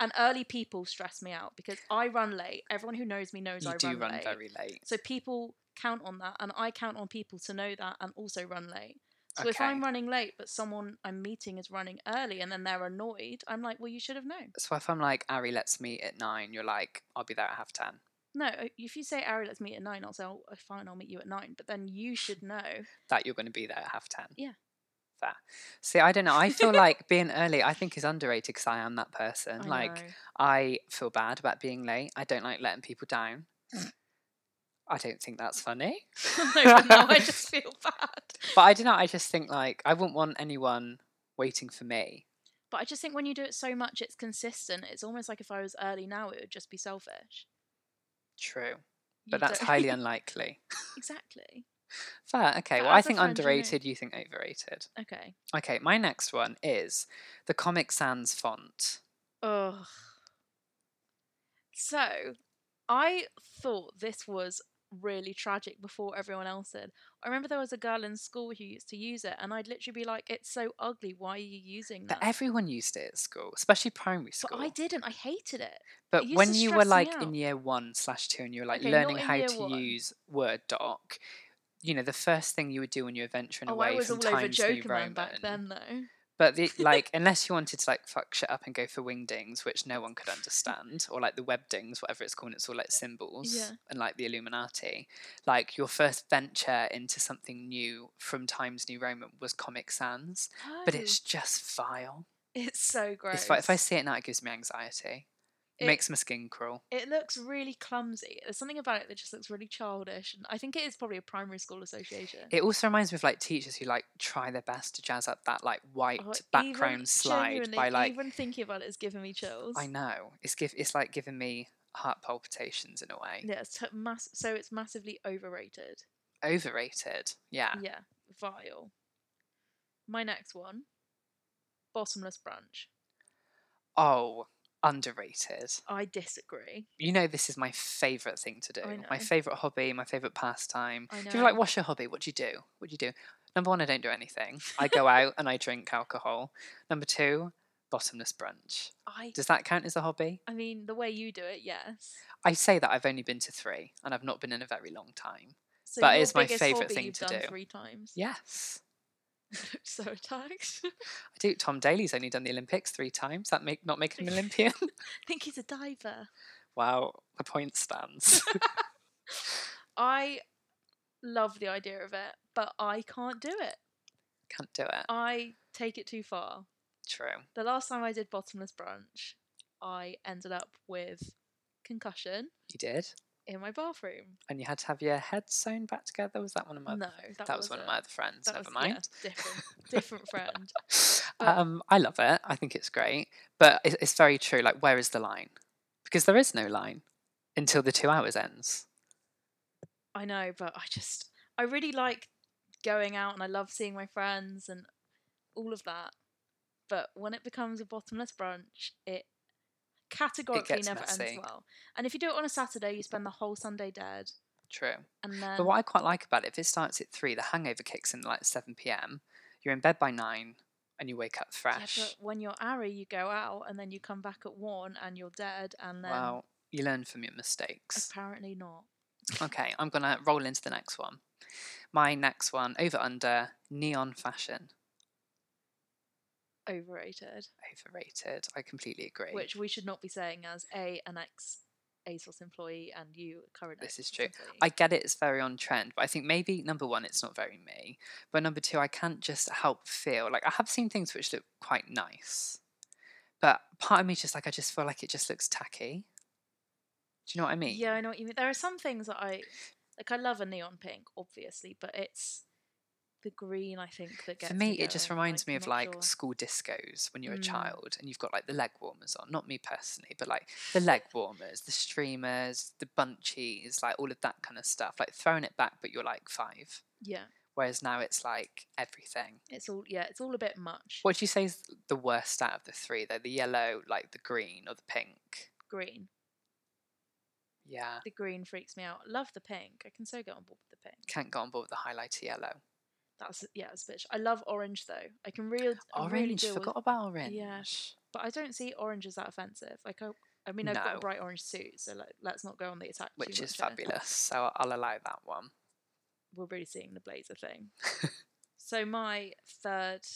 Speaker 2: And early people stress me out because I run late. Everyone who knows me knows
Speaker 1: You
Speaker 2: I
Speaker 1: do
Speaker 2: run,
Speaker 1: run
Speaker 2: late.
Speaker 1: very late.
Speaker 2: so people count on that, and I count on people to know that and also run late. So if
Speaker 1: Okay.
Speaker 2: I'm running late, but someone I'm meeting is running early, and then they're annoyed, I'm like, well, you should have known.
Speaker 1: So if I'm like, Ari, let's meet at nine, you're like, I'll be there at half ten.
Speaker 2: No, uh, if you say Ari, let's meet at nine, I'll say, oh, fine, I'll meet you at nine. But then you
Speaker 1: (sighs)
Speaker 2: should know.
Speaker 1: That you're going to be there at half ten.
Speaker 2: Yeah.
Speaker 1: Fair. See, I don't know.
Speaker 2: (laughs)
Speaker 1: I feel like being early, I think, is underrated because I am that person.
Speaker 2: I
Speaker 1: like,
Speaker 2: know. (laughs)
Speaker 1: I feel bad about being late. I don't like letting people down. I don't think that's funny.
Speaker 2: no, but
Speaker 1: (laughs)
Speaker 2: now I just feel bad.
Speaker 1: But I don't know. I just think like I wouldn't want anyone waiting for me.
Speaker 2: But I just think when you do it so much, it's consistent. It's almost like if I was early now, it would just be selfish.
Speaker 1: True.
Speaker 2: You
Speaker 1: But that's
Speaker 2: don't- (laughs)
Speaker 1: highly unlikely.
Speaker 2: exactly.
Speaker 1: Fair. Okay.
Speaker 2: But
Speaker 1: Well, I
Speaker 2: as a
Speaker 1: think
Speaker 2: friend, you know.
Speaker 1: underrated. You think overrated.
Speaker 2: Okay.
Speaker 1: Okay. My next one is the Comic Sans font.
Speaker 2: Ugh. So, I thought this was really tragic before everyone else did. I remember there was a girl in school who used to use it, and I'd literally be like, "It's so ugly. Why are you using that?"
Speaker 1: But everyone used it at school, especially primary
Speaker 2: But
Speaker 1: school.
Speaker 2: I didn't. I hated it.
Speaker 1: But
Speaker 2: used to
Speaker 1: when you were
Speaker 2: stress me
Speaker 1: like in
Speaker 2: out.
Speaker 1: year one slash two and you were like
Speaker 2: Okay, not
Speaker 1: learning
Speaker 2: in
Speaker 1: how
Speaker 2: year
Speaker 1: to
Speaker 2: one.
Speaker 1: use Word doc, you know, the first thing you would do when you're venturing
Speaker 2: Oh,
Speaker 1: away
Speaker 2: I was
Speaker 1: from
Speaker 2: all over
Speaker 1: Times New
Speaker 2: Joker
Speaker 1: Roman.
Speaker 2: Man back then, though.
Speaker 1: But
Speaker 2: (laughs)
Speaker 1: the, like, unless you wanted to like fuck shit up and go for wingdings, which no one could understand, or like the webdings, whatever it's called, it's all like symbols
Speaker 2: Yeah.
Speaker 1: and like the Illuminati. Like your first venture into something new from Times New Roman was Comic Sans, but
Speaker 2: No.
Speaker 1: it's just vile.
Speaker 2: It's so gross.
Speaker 1: It's fi- if I see it now, it gives me anxiety. It,
Speaker 2: It-
Speaker 1: makes my skin crawl.
Speaker 2: it looks really clumsy. There's something about it that just looks really childish, and I think it is probably a primary school association.
Speaker 1: It also reminds me of like teachers who like try their best to jazz up that like white
Speaker 2: Oh, even-
Speaker 1: background slide
Speaker 2: genuinely,
Speaker 1: by like
Speaker 2: even thinking about it has given me chills.
Speaker 1: I know it's give it's like giving me heart palpitations in a way.
Speaker 2: Yeah, it's t- mass- so it's massively overrated.
Speaker 1: Overrated, yeah.
Speaker 2: Yeah, vile. My next one, bottomless brunch.
Speaker 1: Oh, underrated.
Speaker 2: I disagree.
Speaker 1: You know this is my favorite thing to do.
Speaker 2: I
Speaker 1: My
Speaker 2: know.
Speaker 1: favorite hobby, my favorite pastime.
Speaker 2: I know.
Speaker 1: If you're like, what's your hobby? What do you do? What do you do? Number one, I don't do anything. I go out and I drink alcohol. Number two, bottomless brunch.
Speaker 2: I,
Speaker 1: Does that count as a hobby?
Speaker 2: I mean, the way you do it, yes.
Speaker 1: I say that I've only been to three and I've not been in a very long time.
Speaker 2: So
Speaker 1: But
Speaker 2: your
Speaker 1: it's my
Speaker 2: biggest
Speaker 1: favourite
Speaker 2: hobby
Speaker 1: thing
Speaker 2: you've
Speaker 1: to
Speaker 2: done
Speaker 1: do.
Speaker 2: Three times.
Speaker 1: Yes.
Speaker 2: so attacked.
Speaker 1: I do. Tom Daly's only done the Olympics three times. That make
Speaker 2: (laughs)
Speaker 1: not make him an Olympian. (laughs)
Speaker 2: I (laughs) think he's a diver.
Speaker 1: wow, the point stands. (laughs)
Speaker 2: I love the idea of it, but I can't do it.
Speaker 1: Can't do it.
Speaker 2: I take it too far.
Speaker 1: True.
Speaker 2: The last time I did bottomless brunch, I ended up with concussion
Speaker 1: You did.
Speaker 2: in my bathroom.
Speaker 1: And you had to have your head sewn back together. Was that one of my
Speaker 2: no, that,
Speaker 1: that was one of my
Speaker 2: wasn't.
Speaker 1: other friends,
Speaker 2: That
Speaker 1: never
Speaker 2: was- yeah,
Speaker 1: mind. (laughs)
Speaker 2: different, (laughs) different friend. But-
Speaker 1: um, I love it. I think it's great, but it's, it's very true. Like, where is the line? Because there is no line until the two hours ends.
Speaker 2: I know, but I just I really like going out and I love seeing my friends and all of that. But when it becomes a bottomless brunch, it categorically
Speaker 1: gets
Speaker 2: never
Speaker 1: messy.
Speaker 2: ends well. And if you do it on a Saturday, you spend the whole Sunday dead.
Speaker 1: True.
Speaker 2: And then
Speaker 1: But what I quite like about it, if it starts at three, the hangover kicks in at like seven p.m. You're in bed by nine, and you wake up
Speaker 2: yeah,
Speaker 1: fresh.
Speaker 2: but when you're Ari, you go out and then you come back at one and you're dead. And then
Speaker 1: Well, you learn from your mistakes.
Speaker 2: apparently not. (laughs)
Speaker 1: okay, I'm gonna roll into the next one. My next one, over under neon fashion,
Speaker 2: Overrated,
Speaker 1: overrated. I completely agree.
Speaker 2: which we should not be saying as a an ex ASOS employee and you a current.
Speaker 1: This is
Speaker 2: ASOS
Speaker 1: true.
Speaker 2: employee.
Speaker 1: I get it, it's very on trend, but I think maybe number one, it's not very me. But number two, I can't just help feel like I have seen things which look quite nice, but part of me is just like I just feel like it just looks tacky. Do you know what I mean?
Speaker 2: Yeah, I know what you mean. There are some things that I like. I love a neon pink, obviously, but it's the green, I think, that gets
Speaker 1: For me,
Speaker 2: me
Speaker 1: it just
Speaker 2: going,
Speaker 1: reminds
Speaker 2: like,
Speaker 1: me
Speaker 2: I'm
Speaker 1: of
Speaker 2: not
Speaker 1: like
Speaker 2: sure.
Speaker 1: school discos when you're a
Speaker 2: Mm.
Speaker 1: child and you've got like the leg warmers on. Not me personally, but like the leg warmers, the streamers, the bunchies, like all of that kind of stuff. Like throwing it back, but you're like five.
Speaker 2: Yeah,
Speaker 1: Whereas now it's like everything.
Speaker 2: it's all yeah, it's all a bit much.
Speaker 1: What do you say is the worst out of the three though? The yellow, like the green or the pink?
Speaker 2: Green,
Speaker 1: Yeah.
Speaker 2: the green freaks me out. Love the pink. I can so get on board with the pink.
Speaker 1: Can't get on board with the highlighter yellow.
Speaker 2: That's yeah, it's a bitch. I love orange though. I can real I
Speaker 1: Orange,
Speaker 2: really deal with-
Speaker 1: Oh, forgot about orange.
Speaker 2: but I don't see orange as that offensive. Like I, I mean, I've got
Speaker 1: No.
Speaker 2: a bright orange suit, so like, let's not go on the attack. too
Speaker 1: Which is
Speaker 2: much here.
Speaker 1: fabulous. So I'll- I'll allow that one.
Speaker 2: We're really seeing the blazer thing. so my third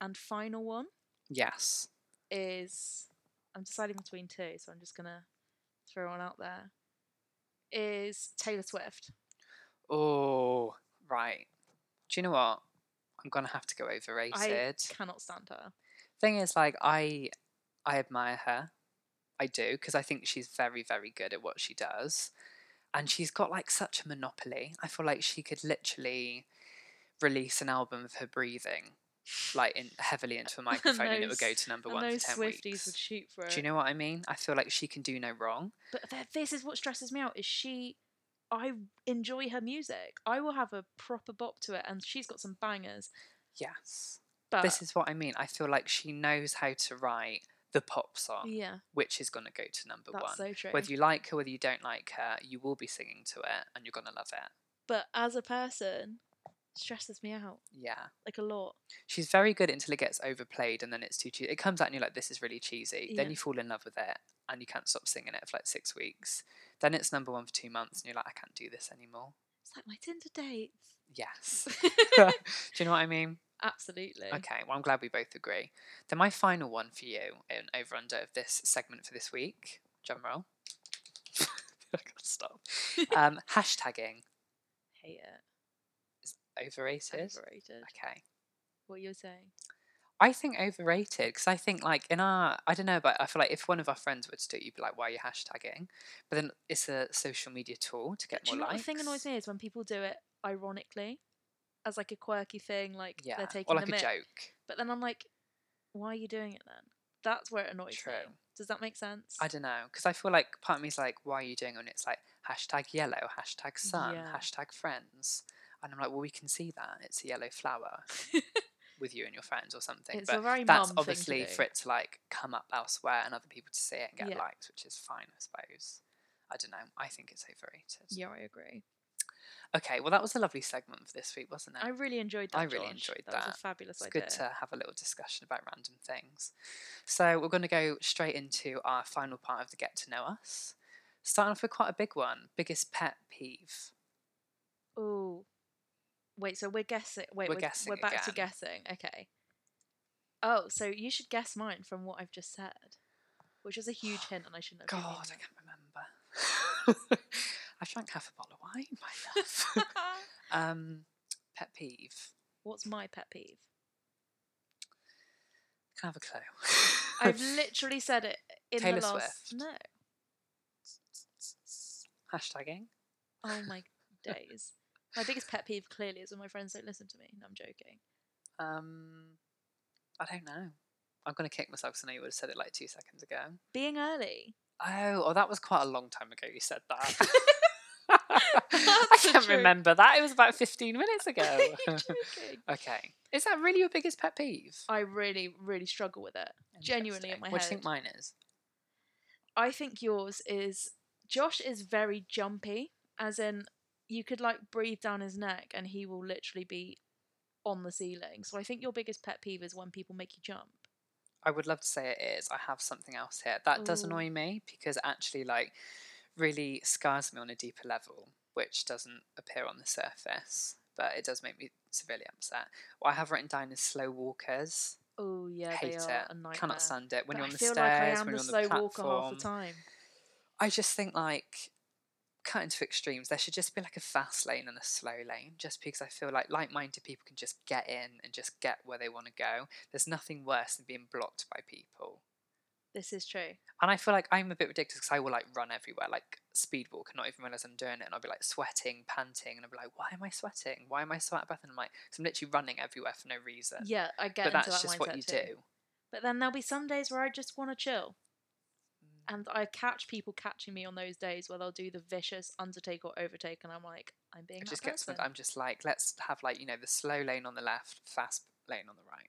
Speaker 2: and final one
Speaker 1: Yes.
Speaker 2: is I'm deciding between two, so I'm just gonna throw one out there. Is Taylor Swift?
Speaker 1: Oh, right. Do you know what? I'm gonna have to go overrated.
Speaker 2: Cannot stand her.
Speaker 1: Thing is, like, I I admire her. I do because I think she's very, very good at what she does, and she's got like such a monopoly. I feel like she could literally release an album of her breathing, like in
Speaker 2: (laughs)
Speaker 1: heavily into a microphone, and it would
Speaker 2: those-
Speaker 1: go to number
Speaker 2: And
Speaker 1: one for
Speaker 2: those
Speaker 1: ten
Speaker 2: Swifties
Speaker 1: weeks.
Speaker 2: would shoot for it.
Speaker 1: Do you know what I mean? I feel like she can do no wrong.
Speaker 2: But th- this is what stresses me out: is she? I enjoy her music. I will have a proper bop to it, and she's got some bangers.
Speaker 1: Yes.
Speaker 2: But
Speaker 1: this is what I mean. I feel like she knows how to write the pop song.
Speaker 2: yeah,
Speaker 1: which is going to go to number
Speaker 2: that's
Speaker 1: one.
Speaker 2: so true.
Speaker 1: whether you like her, whether you don't like her, you will be singing to it and you're going to love it.
Speaker 2: but as a person, stresses me out
Speaker 1: Yeah.
Speaker 2: like a lot.
Speaker 1: She's very good until it gets overplayed and then it's too cheesy. It comes out and you're like, this is really cheesy.
Speaker 2: Yeah.
Speaker 1: Then you fall in love with it and you can't stop singing it for like six weeks. Then it's number one for two months and you're like, I can't do this anymore.
Speaker 2: It's like my Tinder dates. (laughs)
Speaker 1: (laughs) Yes. do you know what I mean?
Speaker 2: Absolutely.
Speaker 1: Okay, well, I'm glad we both agree. Then my final one for you, an over under of this segment for this week, drum roll. (laughs) I can't
Speaker 2: (laughs)
Speaker 1: stop. Um, hashtagging
Speaker 2: Hate it.
Speaker 1: overrated.
Speaker 2: Overrated.
Speaker 1: Okay.
Speaker 2: What you're saying?
Speaker 1: I think overrated because I think like in our I don't know, but I feel like if one of our friends were to do it, you'd be like, "Why are you hashtagging?" But then it's a social media tool to get
Speaker 2: Do you
Speaker 1: more
Speaker 2: know what
Speaker 1: likes.
Speaker 2: the thing annoys me is when people do it ironically, as like a quirky thing, like
Speaker 1: Yeah,
Speaker 2: they're taking
Speaker 1: or like
Speaker 2: the
Speaker 1: a
Speaker 2: mick.
Speaker 1: joke.
Speaker 2: But then I'm like, why are you doing it then? That's where it annoys me.
Speaker 1: True.
Speaker 2: Does that make sense?
Speaker 1: I don't know because I feel like part of me is like, "Why are you doing?" it? And it's like hashtag yellow, hashtag sun,
Speaker 2: Yeah.
Speaker 1: hashtag friends, and I'm like, "Well, we can see that it's a yellow flower
Speaker 2: (laughs)
Speaker 1: with you and your friends or something."
Speaker 2: it's
Speaker 1: but
Speaker 2: a very mum
Speaker 1: that's
Speaker 2: thing to
Speaker 1: obviously
Speaker 2: do.
Speaker 1: for it to like come up elsewhere and other people to see it and get
Speaker 2: Yeah.
Speaker 1: likes, which is fine, I suppose. I don't know. I think it's overrated.
Speaker 2: Yeah, I agree.
Speaker 1: Okay, well, that was a lovely segment for this week, wasn't it?
Speaker 2: I really enjoyed that.
Speaker 1: I really
Speaker 2: Josh.
Speaker 1: enjoyed
Speaker 2: That was
Speaker 1: that.
Speaker 2: a fabulous
Speaker 1: it's
Speaker 2: idea.
Speaker 1: good to have a little discussion about random things. So, we're going to go straight into our final part of the Get to Know Us. Starting off with quite a big one biggest pet peeve.
Speaker 2: Oh, wait. So we're guessing. Wait,
Speaker 1: We're
Speaker 2: we're,
Speaker 1: guessing
Speaker 2: We're back to
Speaker 1: again.
Speaker 2: guessing. Okay. Oh, so you should guess mine from what I've just said, which is a huge
Speaker 1: (gasps)
Speaker 2: hint, and I shouldn't have.
Speaker 1: God, I can't remember. (laughs) I've drank half a bottle of wine, (laughs) my love.
Speaker 2: can't.
Speaker 1: um, pet peeve.
Speaker 2: (laughs) What's my pet peeve?
Speaker 1: Can I have a clue? (laughs)
Speaker 2: I've literally said it in
Speaker 1: Taylor
Speaker 2: the last.
Speaker 1: Swift.
Speaker 2: No.
Speaker 1: Hashtagging.
Speaker 2: Oh
Speaker 1: (laughs)
Speaker 2: my days. My biggest pet peeve clearly is when my friends don't listen to me. No, I'm joking.
Speaker 1: Um, I don't know. I'm going to kick myself because I know you would have said it like two seconds ago.
Speaker 2: Being early. (laughs)
Speaker 1: Oh, oh, that was quite a long time ago you said that. (laughs) I
Speaker 2: That's a
Speaker 1: can't
Speaker 2: joke.
Speaker 1: remember that. It
Speaker 2: (laughs)
Speaker 1: was about 15 minutes ago. (laughs)
Speaker 2: You're joking.
Speaker 1: okay. Is that really your biggest pet peeve?
Speaker 2: I really, really struggle with it. Genuinely in
Speaker 1: Interesting.
Speaker 2: my
Speaker 1: What do you think
Speaker 2: head.
Speaker 1: mine is?
Speaker 2: I think yours is Josh is very jumpy, as in you could like breathe down his neck and he will literally be on the ceiling. So I think your biggest pet peeve is when people make you jump.
Speaker 1: I would love to say it is. I have something else here. That does
Speaker 2: Ooh.
Speaker 1: annoy me because it actually, like, really scars me on a deeper level, which doesn't appear on the surface, but it does make me severely upset. What I have written down is slow walkers.
Speaker 2: Oh yeah,
Speaker 1: Hate
Speaker 2: they
Speaker 1: it.
Speaker 2: are a nightmare.
Speaker 1: Cannot stand it.
Speaker 2: But
Speaker 1: When
Speaker 2: I
Speaker 1: you're on the
Speaker 2: feel
Speaker 1: stairs,
Speaker 2: like I am
Speaker 1: when
Speaker 2: the
Speaker 1: you're on the
Speaker 2: slow
Speaker 1: platform.
Speaker 2: walker half the time.
Speaker 1: I just think like cut into extremes. There should just be like a fast lane and a slow lane, just because I feel like like-minded people can just get in and just get where they want to go. There's nothing worse than being blocked by people.
Speaker 2: This is true.
Speaker 1: And I feel like I'm a bit ridiculous because I will like run everywhere, like speed walk, and not even realize I'm doing it. And I'll be like sweating, panting, and I'll be like, "Why am I sweating? Why am I sweating?" Breath, and I'm like, "Cause I'm literally running everywhere for no reason."
Speaker 2: Yeah, I get
Speaker 1: but
Speaker 2: into
Speaker 1: that's
Speaker 2: that
Speaker 1: just
Speaker 2: mindset
Speaker 1: what you
Speaker 2: too.
Speaker 1: do.
Speaker 2: But then there'll be some days where I just want to chill. And I catch people catching me on those days where they'll do the vicious undertake or overtake, and I'm like, I'm being
Speaker 1: It
Speaker 2: that
Speaker 1: just gets.
Speaker 2: person.
Speaker 1: me- I'm just like, let's have like you know the slow lane on the left, fast lane on the right.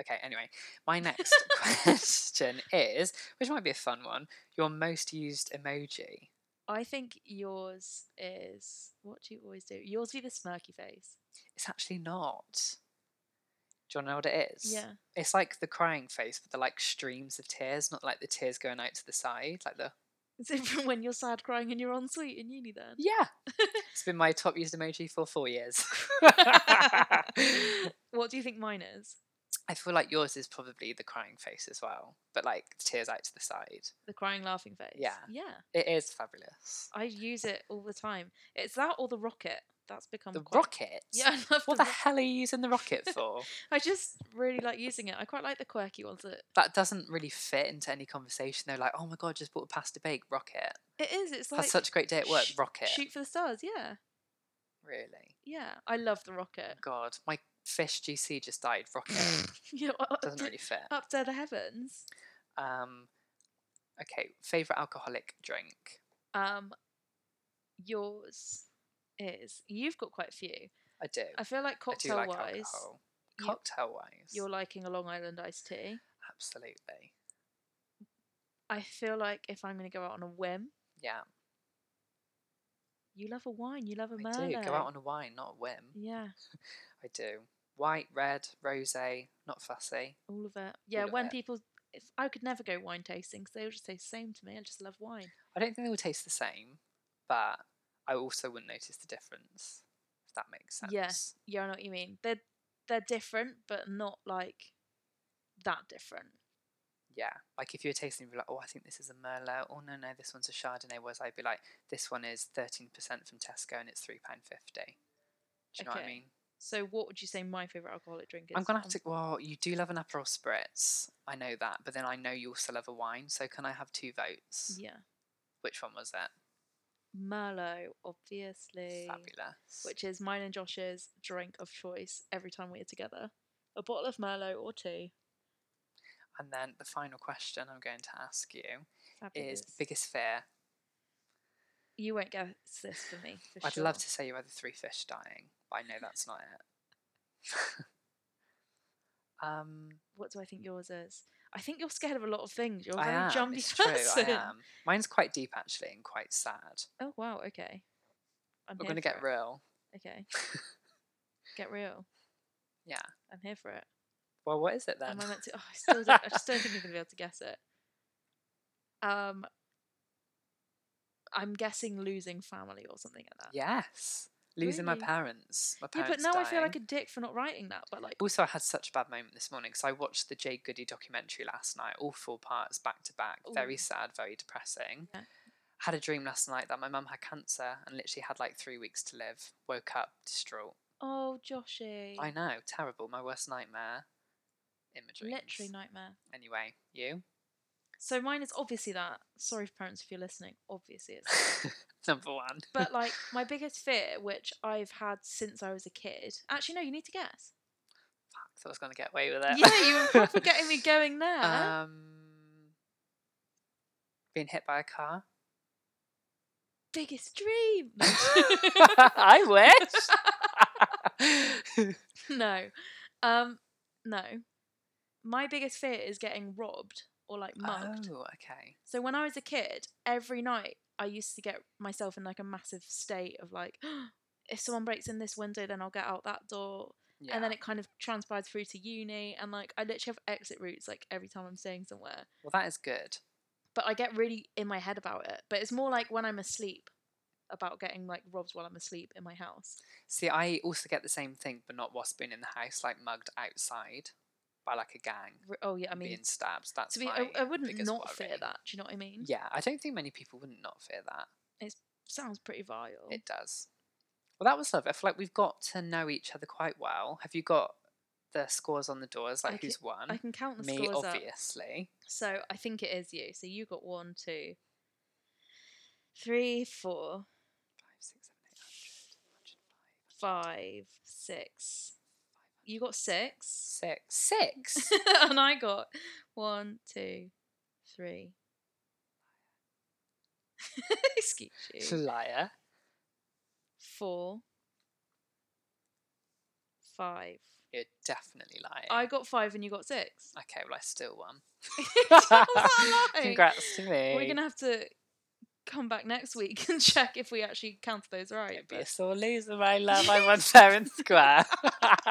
Speaker 1: Okay. Anyway, my next
Speaker 2: (laughs)
Speaker 1: question is, which might be a fun one. Your most used emoji.
Speaker 2: I think yours is what do you always do? Yours be the smirky face.
Speaker 1: It's actually not. Do you want to know what it is?
Speaker 2: Yeah. (laughs)
Speaker 1: It's like the crying face, but the like streams of tears, not like the tears going out to the side, like
Speaker 2: (laughs)
Speaker 1: the
Speaker 2: It's different when you're sad crying and you're on sweet in uni then.
Speaker 1: yeah. it's been my top used emoji for
Speaker 2: (laughs)
Speaker 1: four years. (laughs)
Speaker 2: what do you think mine is?
Speaker 1: I feel like yours is probably the crying face as well, but like the tears out to the side.
Speaker 2: The crying laughing face.
Speaker 1: Yeah.
Speaker 2: Yeah.
Speaker 1: It is fabulous.
Speaker 2: I use it all the time. It's that or the rocket. That's become
Speaker 1: The
Speaker 2: quite...
Speaker 1: rocket.
Speaker 2: Yeah, (laughs) I love
Speaker 1: What
Speaker 2: the
Speaker 1: the
Speaker 2: ro-
Speaker 1: hell are you using the rocket
Speaker 2: (laughs)
Speaker 1: for?
Speaker 2: I just really like using it. I quite like the quirky ones that
Speaker 1: that doesn't really fit into any conversation. They're like, oh my god, just bought a pasta bake rocket.
Speaker 2: it is. It's like
Speaker 1: That's such a great day at work.
Speaker 2: sh-
Speaker 1: rocket.
Speaker 2: Shoot for the stars, yeah.
Speaker 1: Really. Oh
Speaker 2: Yeah. I love the rocket. (laughs)
Speaker 1: God, my fish GC just died. Rocket
Speaker 2: you know, up,
Speaker 1: doesn't really fit.
Speaker 2: up to the heavens.
Speaker 1: Um, okay, favorite alcoholic drink.
Speaker 2: Um yours is you've got quite a few.
Speaker 1: I do.
Speaker 2: I feel like
Speaker 1: I do
Speaker 2: cocktail
Speaker 1: like
Speaker 2: wise
Speaker 1: alcohol.
Speaker 2: you-
Speaker 1: Cocktail wise,
Speaker 2: you're liking a Long Island iced tea.
Speaker 1: absolutely.
Speaker 2: I feel like if I'm gonna go out on a whim,
Speaker 1: Yeah,
Speaker 2: you love a wine, you love a
Speaker 1: I do.
Speaker 2: Merlot.
Speaker 1: Go out on a wine, not a whim.
Speaker 2: Yeah.
Speaker 1: I do. White, red, rosé, not fussy.
Speaker 2: All of it. Yeah,
Speaker 1: of
Speaker 2: when
Speaker 1: it.
Speaker 2: people, if I could never go wine tasting because they all just say same to me. I just love wine.
Speaker 1: I don't think they will taste the same, but I also wouldn't notice the difference. If that makes sense.
Speaker 2: Yeah. Yeah, I know what you mean. They're they're different, but not like that different.
Speaker 1: Yeah. Like if you were tasting, you'd be like, oh, I think this is a Merlot. Oh, no, no, this one's a Chardonnay. Whereas I'd be like, this one is 13% from Tesco and it's £3.50. Do you know what I
Speaker 2: Okay.
Speaker 1: mean?
Speaker 2: So, what would you say my favorite alcoholic drink is?
Speaker 1: I'm going to
Speaker 2: Um,
Speaker 1: have to, well, you do love an Aperol Spritz. I know that. But then I know you also love a wine. So can I have two votes?
Speaker 2: Yeah,
Speaker 1: Which one was that?
Speaker 2: Merlot, obviously,
Speaker 1: Fabulous.
Speaker 2: which is mine and Josh's drink of choice every time we're together. A bottle of Merlot or two.
Speaker 1: And then the final question I'm going to ask you
Speaker 2: Fabulous.
Speaker 1: is biggest fear.
Speaker 2: you won't guess this for me. For
Speaker 1: I'd love
Speaker 2: sure.
Speaker 1: to say you had the three fish dying, but I know that's not it. (laughs) um,
Speaker 2: What do I think yours is? I think you're scared of a lot of things. You're a
Speaker 1: I
Speaker 2: very
Speaker 1: am.
Speaker 2: jumpy
Speaker 1: it's
Speaker 2: person.
Speaker 1: true. I am. Mine's quite deep actually, and quite sad.
Speaker 2: Oh wow, okay. I'm
Speaker 1: We're
Speaker 2: here
Speaker 1: gonna
Speaker 2: for
Speaker 1: get
Speaker 2: it.
Speaker 1: real. (laughs)
Speaker 2: Okay. get real.
Speaker 1: Yeah.
Speaker 2: I'm here for it.
Speaker 1: Well, what is it then?
Speaker 2: Am I meant to? Oh,
Speaker 1: (laughs)
Speaker 2: I still don't. I just don't think I'm gonna be able to guess it. Um, I'm guessing losing family or something like that.
Speaker 1: yes, losing
Speaker 2: Really?
Speaker 1: my parents. My
Speaker 2: Yeah,
Speaker 1: parents.
Speaker 2: but now I feel like a
Speaker 1: dying.
Speaker 2: dick for not writing that. But like,
Speaker 1: Also, I had such a bad moment this morning because I watched the Jay Goody documentary last night, all four parts back to back. Very
Speaker 2: Ooh.
Speaker 1: sad, very depressing.
Speaker 2: Yeah.
Speaker 1: Had a dream last night that my mum had cancer and literally had like three weeks to live. Woke up distraught.
Speaker 2: oh, Joshy,
Speaker 1: I know, terrible. My worst nightmare. In my dreams.
Speaker 2: literally nightmare.
Speaker 1: Anyway, you (laughs)
Speaker 2: So mine is obviously that. Sorry, parents, if you're listening. Obviously, it's
Speaker 1: (laughs)
Speaker 2: that.
Speaker 1: number one.
Speaker 2: but like my biggest fear, which I've had since I was a kid. Actually, no, you need to guess.
Speaker 1: Fuck, so I was gonna get away with it.
Speaker 2: yeah, you were proper
Speaker 1: (laughs)
Speaker 2: getting me going there.
Speaker 1: Um, being hit by a
Speaker 2: (laughs)
Speaker 1: car. (laughs)
Speaker 2: biggest dream.
Speaker 1: I (laughs) wish.
Speaker 2: no, um, no. My biggest fear is getting robbed or like mugged.
Speaker 1: Oh, okay.
Speaker 2: So when I was a kid, every night I used to get myself in like a massive state of like, (gasps) if someone breaks in this window, then I'll get out that door.
Speaker 1: Yeah.
Speaker 2: And then it kind of transpired through to uni, and like I literally have exit routes like every time I'm staying somewhere.
Speaker 1: well, that is good.
Speaker 2: But I get really in my head about it. But it's more like when I'm asleep, about getting like robbed while I'm asleep in my house.
Speaker 1: See, I also get the same thing, but not whilst being in the house, like mugged outside by like a gang,
Speaker 2: R- Oh yeah, I mean,
Speaker 1: being stabbed. That's
Speaker 2: to be,
Speaker 1: my
Speaker 2: I, I wouldn't
Speaker 1: biggest
Speaker 2: not
Speaker 1: worry.
Speaker 2: fear that. Do you know what I mean?
Speaker 1: Yeah, I don't think many people wouldn't not fear that.
Speaker 2: Sounds pretty vile.
Speaker 1: It does. Well, that was lovely. I feel like we've got to know each other quite well. Have you got the scores on the doors, like
Speaker 2: I
Speaker 1: who's
Speaker 2: I
Speaker 1: won?
Speaker 2: can count the
Speaker 1: Me,
Speaker 2: scores up.
Speaker 1: obviously.
Speaker 2: So I think it is you. So you got one, two, three, four,
Speaker 1: Five, six, seven, eight,
Speaker 2: five, six. You got six,
Speaker 1: hundred, six, six.
Speaker 2: (laughs) and I got one, two, three. (laughs) Excuse you.
Speaker 1: Liar.
Speaker 2: Four, five.
Speaker 1: You're definitely lying.
Speaker 2: I got five, and you got
Speaker 1: (laughs)
Speaker 2: six. (laughs)
Speaker 1: Okay, well, I still (laughs) won.
Speaker 2: How's that a lie?
Speaker 1: Congrats to me.
Speaker 2: We're gonna have to come back next week (laughs) and check if we actually counted those right.
Speaker 1: Don't be a
Speaker 2: but-
Speaker 1: sore loser, my love. I
Speaker 2: (laughs)
Speaker 1: won fair and square.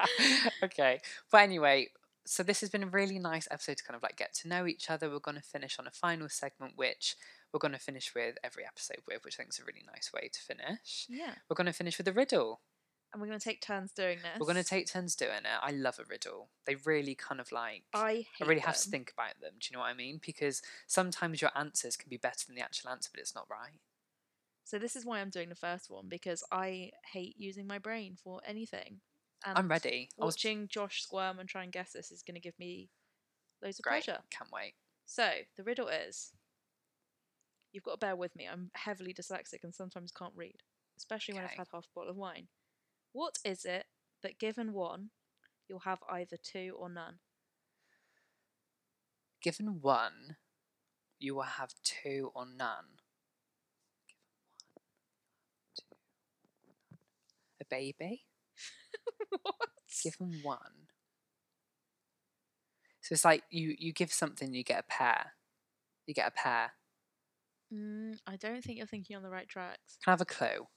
Speaker 1: (laughs) okay. But anyway, so this has been a really nice episode to kind of like get to know each other. We're going to finish on a final segment, which we're going to finish with every episode with, which I think is a really nice way to finish.
Speaker 2: Yeah,
Speaker 1: We're going to finish with a riddle.
Speaker 2: and we're gonna take turns doing this.
Speaker 1: We're going to take turns doing it. I love a riddle. They really kind of like.
Speaker 2: I hate
Speaker 1: I really have
Speaker 2: them.
Speaker 1: to think about them. Do you know what I mean? Because sometimes your answers can be better than the actual answer, but it's not right.
Speaker 2: So this is why I'm doing the first one because I hate using my brain for anything. And
Speaker 1: I'm ready. I was
Speaker 2: Watching Josh squirm and try and guess this is gonna give me loads of
Speaker 1: great.
Speaker 2: pleasure.
Speaker 1: Can't wait.
Speaker 2: So the riddle is: you've got to bear with me. I'm heavily dyslexic and sometimes can't read, especially when I've
Speaker 1: Okay.
Speaker 2: had half a bottle of wine. What is it that, given one, you'll have either two or none?
Speaker 1: given one, you will have two or none. A baby?
Speaker 2: (laughs) what?
Speaker 1: Given one. So it's like you, you give something, you get a pair. You get a pair.
Speaker 2: Mm, I don't think you're thinking on the right tracks.
Speaker 1: Can I have a clue?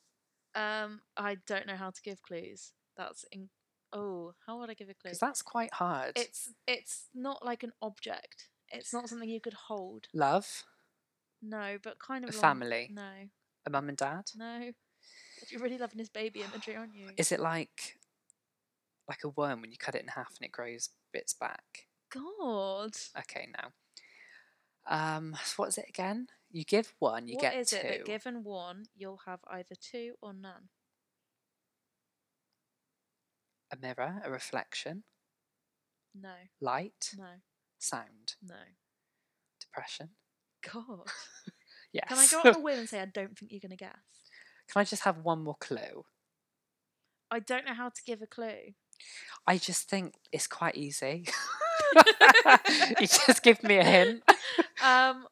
Speaker 2: Um, I don't know how to give clues. That's in. Oh, how would I give a clue?
Speaker 1: Because that's quite hard.
Speaker 2: It's it's not like an object. It's not something you could hold.
Speaker 1: Love,
Speaker 2: No, but kind of
Speaker 1: A
Speaker 2: along-
Speaker 1: family.
Speaker 2: No,
Speaker 1: a mum and dad.
Speaker 2: no. But You're really loving this baby imagery, aren't you?
Speaker 1: Is it like like a worm when you cut it in half and it grows bits back?
Speaker 2: God.
Speaker 1: Okay, now. Um, so what is it again? You give one, you
Speaker 2: What
Speaker 1: get
Speaker 2: is
Speaker 1: two.
Speaker 2: it that given one you'll have either two or none?
Speaker 1: a mirror, a reflection,
Speaker 2: No,
Speaker 1: light,
Speaker 2: no,
Speaker 1: sound,
Speaker 2: no.
Speaker 1: depression. (laughs)
Speaker 2: God.
Speaker 1: Yes.
Speaker 2: Can I go on a whim and say I don't think you're gonna guess?
Speaker 1: (laughs) Can I just have one more clue?
Speaker 2: I don't know how to give a clue.
Speaker 1: I just think it's quite easy. (laughs) you just give me
Speaker 2: (laughs)
Speaker 1: a hint.
Speaker 2: Um.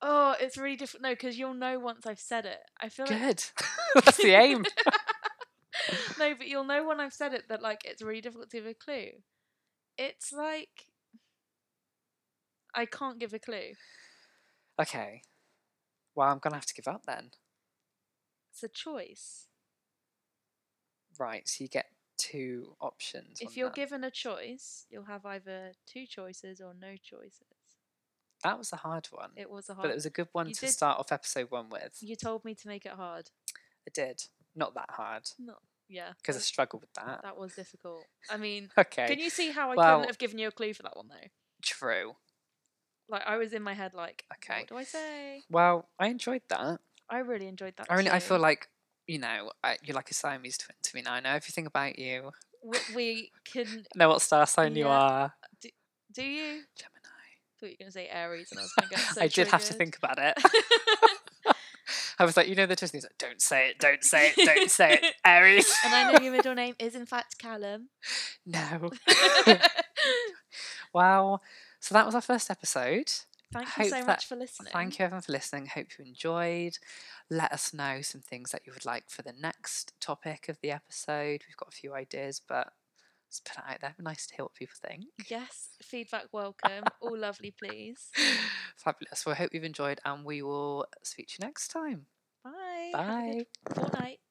Speaker 2: Oh, it's really different. No, because you'll know once I've said it. I feel like
Speaker 1: Good. (laughs) That's the aim.
Speaker 2: (laughs) no, but you'll know when I've said it that like it's really difficult to give a clue. It's like I can't give a clue.
Speaker 1: Okay. Well, I'm going to have to give up then.
Speaker 2: It's a choice.
Speaker 1: Right. So you get two options. on
Speaker 2: if you're
Speaker 1: that.
Speaker 2: given a choice, you'll have either two choices or no choices.
Speaker 1: That was a hard one.
Speaker 2: It was a hard.
Speaker 1: but it was a good one
Speaker 2: You
Speaker 1: to
Speaker 2: did-
Speaker 1: start off episode one with.
Speaker 2: (laughs) You told me to make it hard.
Speaker 1: I did. Not that hard
Speaker 2: Not yeah.
Speaker 1: because I
Speaker 2: that-
Speaker 1: struggled with that.
Speaker 2: that was difficult. I mean,
Speaker 1: Okay.
Speaker 2: can you see how I
Speaker 1: Well-
Speaker 2: couldn't have given you a clue for that one though?
Speaker 1: True.
Speaker 2: Like I was in my head like,
Speaker 1: Okay.
Speaker 2: What do I say?
Speaker 1: Well, I enjoyed that.
Speaker 2: I really enjoyed that.
Speaker 1: I really, I
Speaker 2: too.
Speaker 1: feel like you know, I, you're like a Siamese twin to me now. I know everything about you.
Speaker 2: W- we can
Speaker 1: I know what star sign you
Speaker 2: Yeah.
Speaker 1: are.
Speaker 2: do you
Speaker 1: Gemini.
Speaker 2: thought you were going to say Aries, and I was going to
Speaker 1: (laughs)
Speaker 2: get so
Speaker 1: I did have to
Speaker 2: triggered.
Speaker 1: think about it. I was like, you know, the twist. He's like, don't say it, don't say
Speaker 2: (laughs)
Speaker 1: it, don't say it, Aries.
Speaker 2: (laughs) and I know your middle name is in fact Callum.
Speaker 1: (laughs)
Speaker 2: (laughs)
Speaker 1: no.
Speaker 2: Thank
Speaker 1: wow. So that was our first episode.
Speaker 2: you
Speaker 1: Hope
Speaker 2: so
Speaker 1: that-
Speaker 2: much for listening.
Speaker 1: Thank you everyone for listening. Hope you enjoyed. Let us know some things that you would like for the next topic of the episode. We've got a few ideas, but let's put it out there. Nice to hear what people think. (laughs)
Speaker 2: Yes, feedback welcome. All lovely, please.
Speaker 1: Fabulous. Well, I hope you've enjoyed, and we will speak to you next time.
Speaker 2: Bye. Have a
Speaker 1: Bye.
Speaker 2: good fortnight.